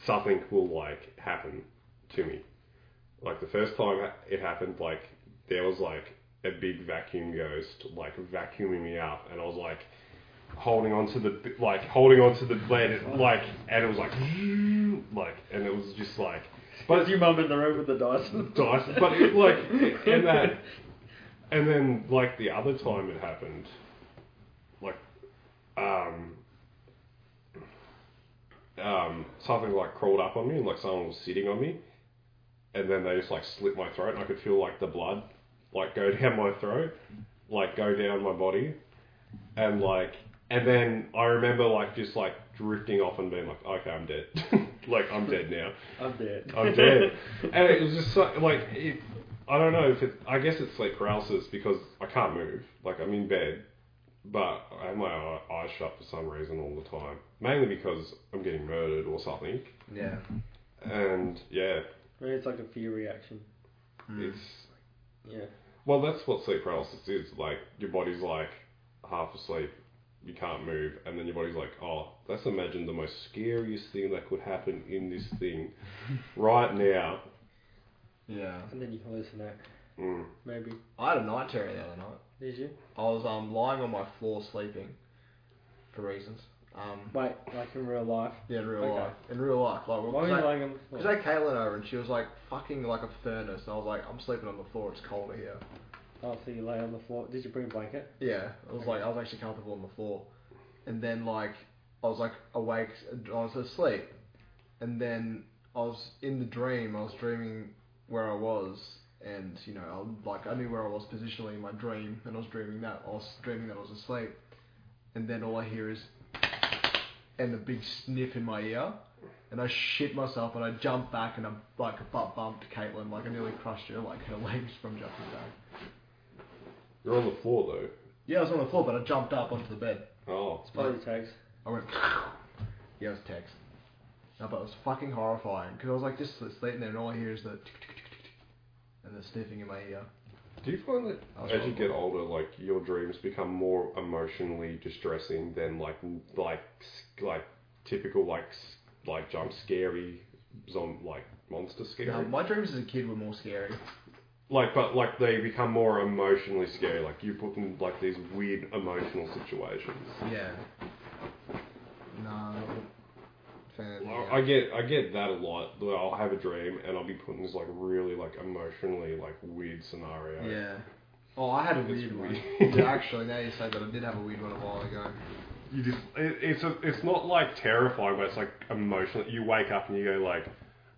E: something will like happen to me. Like the first time it happened, like there was like a big vacuum ghost like vacuuming me up, and I was like holding onto the like holding onto the bed like, and it was like like, and it was just like,
D: But
E: but
D: you mum in the room with the Dyson.
E: dice, but it, like, and that And then, like the other time it happened, like, um, um, something like crawled up on me and like someone was sitting on me, and then they just like slit my throat and I could feel like the blood, like go down my throat, like go down my body, and like, and then I remember like just like drifting off and being like, okay, I'm dead, like I'm dead now.
D: I'm dead.
E: I'm dead. and it was just so, like it, I don't know if it. I guess it's sleep paralysis because I can't move. Like I'm in bed, but I have my eye- eyes shut for some reason all the time. Mainly because I'm getting murdered or something.
G: Yeah.
E: And yeah,
D: Maybe it's like a fear reaction. Mm.
B: Hmm.
E: it's
D: Yeah.
E: well, that's what sleep paralysis is. Like your body's like half asleep. You can't move, and then your body's like, "Oh, let's imagine the most scariest thing that could happen in this thing right now."
B: Yeah.
D: And then you hallucinate.
E: Mm.
D: Maybe.
B: I had a night terror the other night.
D: Did you?
B: I was um lying on my floor sleeping, for reasons. Um,
D: Wait, like in real life.
B: yeah, in real
D: Okay.
B: life. In real life, like
D: Why were
B: because
D: you
B: I,
D: lying on the
B: cause
D: floor?
B: I had Caitlin over and she was like fucking like a furnace, and I was like, I'm sleeping on the floor. It's cold here.
D: Oh, so you lay on the floor. Did you bring a blanket?
B: Yeah, I was like, I was actually comfortable on the floor, and then like I was like awake, I was asleep, and then I was in the dream. I was dreaming where I was, and you know, I was, like I knew where I was positionally in my dream, and I was dreaming that I was dreaming that I was asleep, and then all I hear is, and a big sniff in my ear, and I shit myself, and I jump back, and I like butt bumped Caitlin, like I nearly crushed her, like her legs from jumping back.
E: You're on the floor though.
B: Yeah, I was on the floor, but I jumped up onto the bed.
E: Oh,
D: It's probably takes.
B: I went. yeah, it was text. No, but it was fucking horrifying because I was like just sleeping there and all I hear is the tick, tick, tick, tick, tick, and the sniffing in my ear.
E: Do you find that
B: That's
E: as you
B: horrible.
E: get older, like your dreams become more emotionally distressing than like n- like s- like typical like s- like jump scary, zom like monster scary.
B: No, my dreams as a kid were more scary.
E: like but like they become more emotionally scary. Like you put in like these weird emotional situations.
B: Yeah. No. I'm not a fan of
E: I-
B: that.
E: I get I get that a lot. Like, I'll have a dream and I'll be put in this like really like emotionally like weird scenario.
B: Yeah. Oh, I had a
E: It's
B: weird one.
E: weird.
B: Yeah, actually, now you say that, I did have a weird one a while ago.
E: you just it, it's a, it's not like terrifying but it's like emotional you wake up and you go like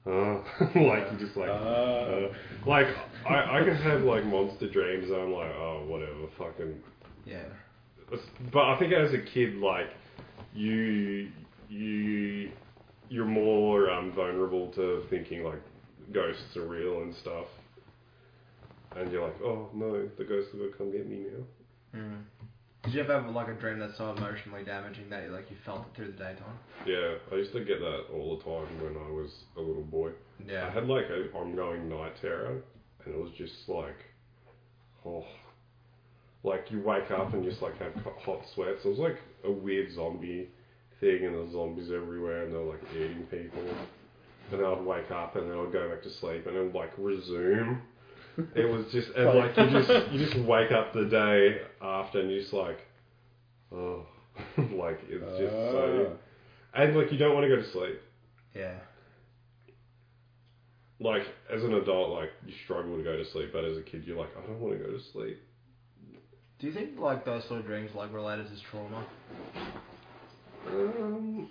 E: oh like you just like
D: Ah.
E: uh, like I, I can have like monster dreams and I'm like oh whatever fucking
B: Yeah.
E: It's- but I think as a kid like you you you're more um, vulnerable to thinking like ghosts are real and stuff and you're like oh no the ghosts are gonna come get me now Hmm.
B: Mm. Did you ever have like a dream that's so emotionally damaging that you like you felt it through the daytime?
E: yeah I used to get that all the time when I was a little boy I had like an ongoing night terror, and it was just like, oh, like you wake up and just like have co- hot sweats. It was like a weird zombie thing, and there's zombies everywhere, and they're like eating people. And then I'd wake up, and then I'd go back to sleep, and then like resume. It was just and like you just you just wake up the day after, and you're just like, oh, like it's just
D: Ah.
E: so,
D: Oh.
E: and like you don't want to go to sleep
B: Yeah.
E: like as an adult, like you struggle to go to sleep, but as a kid, you're like, I don't want to go to sleep.
B: Do you think like those sort of dreams like related to trauma?
E: Um,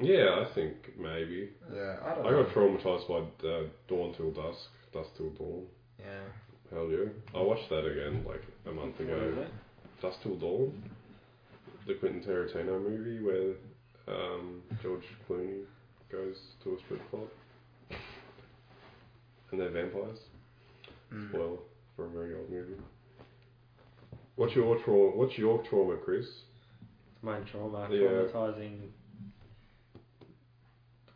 E: yeah, I think maybe
G: Yeah. I
E: I
G: don't know.
E: got traumatized by uh, Dawn Till Dusk, Dusk Till Dawn.
B: Yeah.
E: Hell yeah! I watched that again like a month
D: What is
E: ago.
D: it?
E: Dusk Till Dawn, the Quentin Tarantino movie where um, George Clooney goes to a strip club and they're vampires.
B: Mm.
E: Spoiler for a very old movie. What's your trauma? What's your trauma, Chris?
D: My trauma.
E: Yeah.
D: Traumatizing.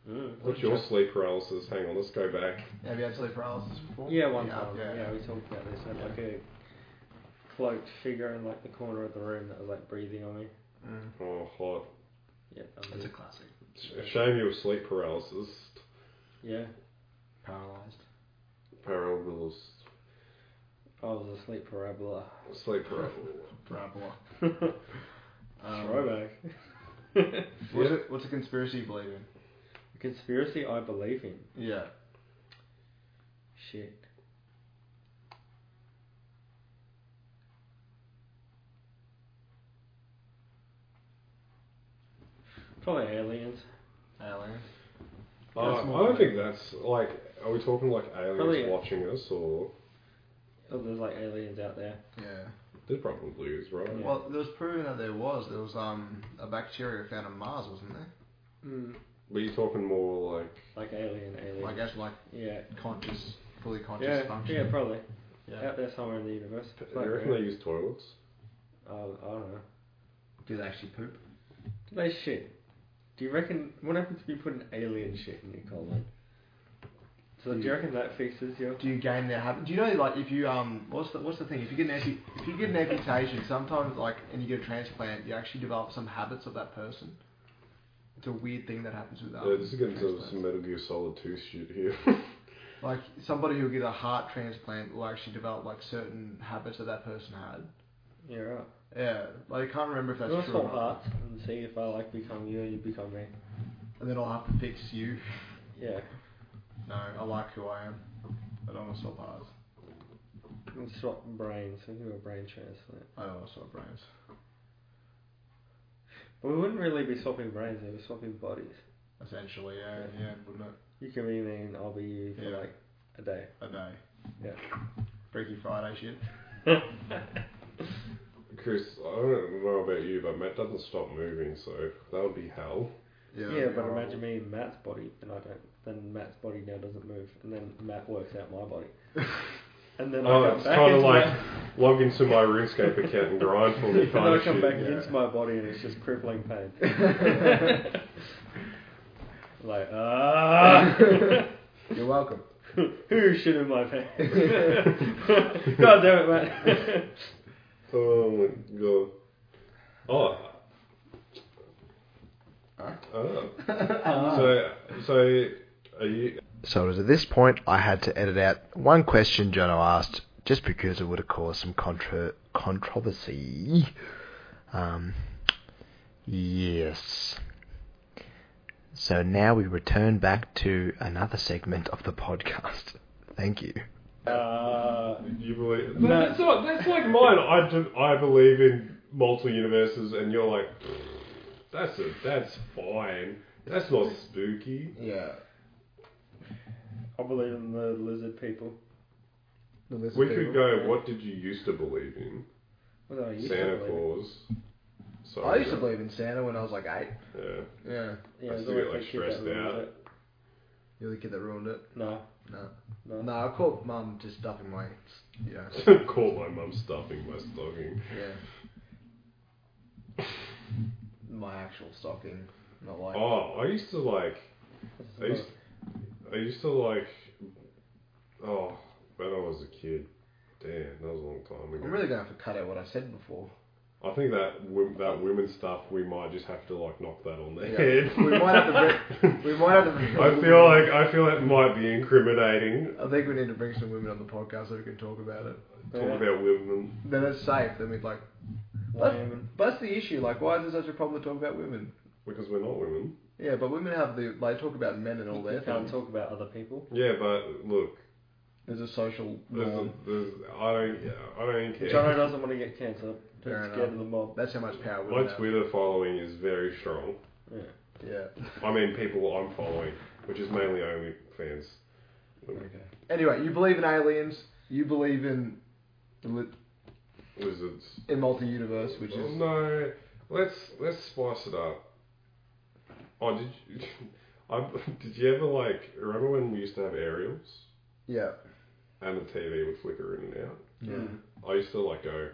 D: Mm.
E: What's your sleep paralysis? Hang on, let's go back.
B: Have you had sleep paralysis before?
D: Yeah, one
B: yeah,
D: time. Yeah.
B: Yeah.
D: we talked about this. I had like a cloaked figure in like the corner of the room that was like breathing on me.
B: Mm.
E: Oh, hot.
D: Yeah. that
B: It's
D: was
B: a
D: it.
B: classic.
E: Sh- Shame you were sleep paralysis.
D: Yeah.
B: Paralyzed.
E: Paralysis.
D: I was asleep parabola.
E: Sleep paralysis.
B: Parabola. Um,
D: Throwback.
B: What's, a, what's a conspiracy you believe in?
D: Conspiracy I believe in.
B: Yeah.
D: Shit. Probably aliens.
A: Alien.
E: Uh,
D: That's
E: I
D: more
E: don't
D: like-
E: think that's like. Are we talking like aliens
D: Probably-
E: watching us, or
D: Oh, there's like aliens out there.
A: Yeah.
E: there probably is, right?
D: Yeah.
A: Well, there was proven that there was. There was um a bacteria found on Mars, wasn't there?
D: Mm.
E: But you're talking more like
D: Like alien, alien.
A: Like actually, like
D: yeah.
A: conscious, fully conscious
D: Yeah, yeah,
A: function.
D: probably.
A: Yeah.
D: Out there somewhere in the universe.
E: I
D: Like,
E: reckon they use toilets.
D: uh, I don't know.
A: Do they actually poop?
D: Do they shit? Do you reckon what happens if you put an alien shit in your colon? So do you reckon that fixes your
A: Do you gain their habit? Do you know like if you um what's the what's the thing? If you get an ampu- if you get an amputation, sometimes like and you get a transplant, you actually develop some habits of that person. It's a weird thing that happens with um,
D: Oh,
E: yeah, this is getting to
A: transplants.
E: some Metal Gear Solid 2 shit here.
A: Like somebody who get a heart transplant will actually develop like certain habits that that person had.
D: Yeah right.
A: Yeah, like I can't remember if that's
D: Let's
A: true. Or
D: swap
A: not.
D: hearts and see if I like become you or you become me.
A: And then I'll have to fix you.
D: Yeah.
A: No, I like who I am, but I want to swap hearts.
D: And swap brains. We do a brain transplant.
A: I don't want to swap brains.
D: But we wouldn't really be swapping brains, we'd be swapping bodies.
A: Essentially, yeah, yeah, wouldn't it?
D: You can be me and I'll be you for
A: Yeah.
D: like a day.
A: A day.
D: Yeah.
A: Freaky Friday shit.
E: Chris, I don't know about you, but Matt doesn't stop moving, so that would be hell.
D: Yeah, but
E: Oh.
D: imagine me in Matt's body and I don't then Matt's body now doesn't move and then Matt works out my body. And then
E: Oh,
D: I come
E: it's
D: back
E: kinda
D: into
E: like-
D: my-
E: Log into my RuneScape account and grind for me
D: And then
E: kind
D: I
E: of
D: come
E: shit.
D: back
A: yeah.
D: into my body and it's just crippling pain. like, ah,
B: You're welcome.
D: who shit in my pants? God damn it, Matt.
E: Oh my god. Oh. Oh. So, so are you?
B: So it was at this point I had to edit out one question Jono asked just because it would have caused some contra- controversy. Um, yes. So now we return back to another segment of the podcast. Thank you.
D: uh,
E: You believe?
D: No.
E: That's not. That's like mine. I, do, I believe in multiple universes, and you're like, that's a, that's fine. That's not spooky.
B: Yeah.
D: I believe in the lizard people.
E: We could go. What did you used to believe in?
D: What did I used to
E: Santa
D: believe in?
E: Claus. So
B: I used to believe in Santa when I was like eight.
E: Yeah.
B: Yeah.
D: Yeah,
E: I
D: there's
E: used to get,
D: always that
E: like,
D: kid that
E: stressed
D: ruins
E: out.
D: it.
B: You're the kid that ruined it.
D: No,
B: No.
D: no.
B: No, I caught mum just stuffing my. Yeah.
E: Call my mum stuffing my stocking.
B: Yeah. My actual stocking, not like.
E: Oh, I used to like.
D: This is
E: I used, I used to like. Oh, when I was a kid. Damn, that was a long time ago.
B: I'm really gonna have to cut out what I said before.
E: I think that wo- that women stuff we might just have to like knock that on the
B: Yeah.
E: head.
B: We might have to. Bring, we might have to. Bring,
E: I feel like I feel that might be incriminating.
B: I think we need to bring some women on the podcast so we can talk about it.
E: Talk
D: Yeah.
E: about women.
B: Then it's safe. Then we'd like.
D: not
B: But,
D: even-
B: but that's the issue. Like, why is there such a problem to talk about women?
E: Because we're not women.
B: Yeah, but women have the like talk about men and all
D: You
B: their
D: can't
B: things.
D: talk about other people.
E: Yeah, but look,
B: There's a social
E: there's,
B: norm.
E: there's, I don't, I don't care.
D: Jono doesn't want to get cancer. He's
B: Fair
D: scared
B: enough.
D: of the mob.
B: That's how much power
E: My
B: women have.
E: Twitter following is very strong.
D: Yeah.
B: Yeah.
E: I mean, people I'm following, which is mainly OnlyFans.
B: Okay. Anyway, you believe in aliens. You believe in li-
E: Lizards.
B: in multi-universe, which
E: Well,
B: is
E: Oh, no. Let's let's spice it up. Oh, did you? I, did you ever like remember when we used to have aerials
B: yeah.
E: and the TV would flicker in and out?
B: Yeah.
D: Hmm.
E: I used to like go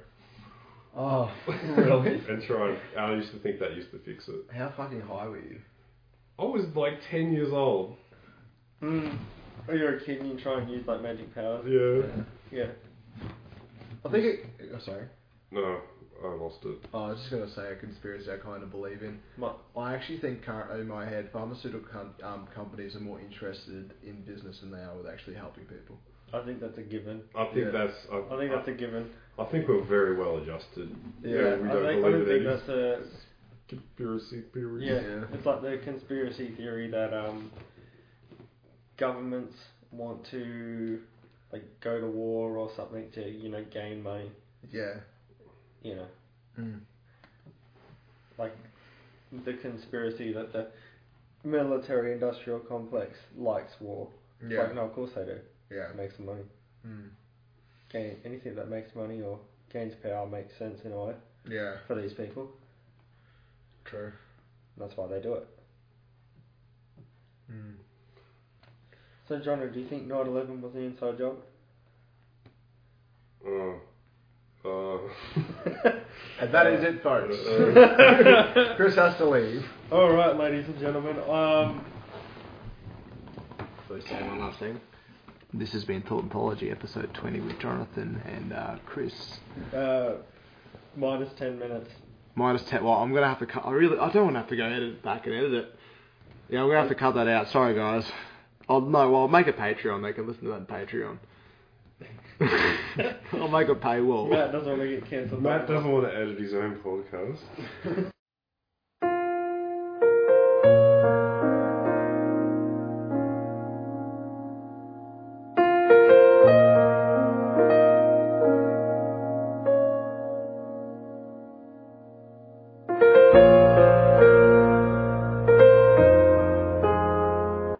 B: Oh, really?
E: and try. And, and I used to think that used to fix it.
B: How fucking high were you?
E: I was like ten years old.
D: Mm. When you're a kid and you try and use like magic powers.
E: Yeah.
D: Yeah.
B: I think it. Oh, sorry.
E: No, I lost it.
B: Oh, I was just gonna say a conspiracy I kind of believe in.
D: What?
B: I actually think currently in my head, pharmaceutical com- um, companies are more interested in business than they are with actually helping people.
D: I think that's a given.
E: I think
B: Yeah.
E: that's. I,
D: I think that's a given.
E: I, think we're very well adjusted.
B: Yeah.
E: we
D: I think,
E: don't
D: I
E: believe
D: don't
E: in
D: think
E: any
D: that's a
E: conspiracy theories.
D: yeah,
B: Yeah.
D: It's like the conspiracy theory that um, governments want to like go to war or something to you know gain money.
B: Yeah.
D: You know,
B: Mm.
D: like the conspiracy that the military industrial complex likes war. It's
A: Yeah.
D: Like, no, of course they do.
A: Yeah.
D: It makes them money.
A: Mm.
D: Gain, anything that makes money or gains power makes sense in a way
A: Yeah.
D: for these people.
A: True.
D: And that's why they do it.
A: Mm.
D: So, Johnny, do you think 9 11 was an inside job?
E: Uh, uh,
A: And that is it, folks.
B: Uh,
A: Chris has to leave.
D: Alright, ladies and gentlemen. Um,
B: Please say one last thing. This has been Thought Anthology, episode 20, with Jonathan and uh, Chris.
D: uh, minus 10 minutes.
B: Minus 10. Well, I'm going to have to cut. I really. I don't want to have to go edit it back and edit it. Yeah, I'm going to have to cut that out. Sorry, guys. I'll, no, well, I'll make a Patreon. They can listen to that on Patreon. I'll make a paywall. Oh.
D: Matt doesn't want to get cancelled.
E: Matt doesn't want to edit his own podcast.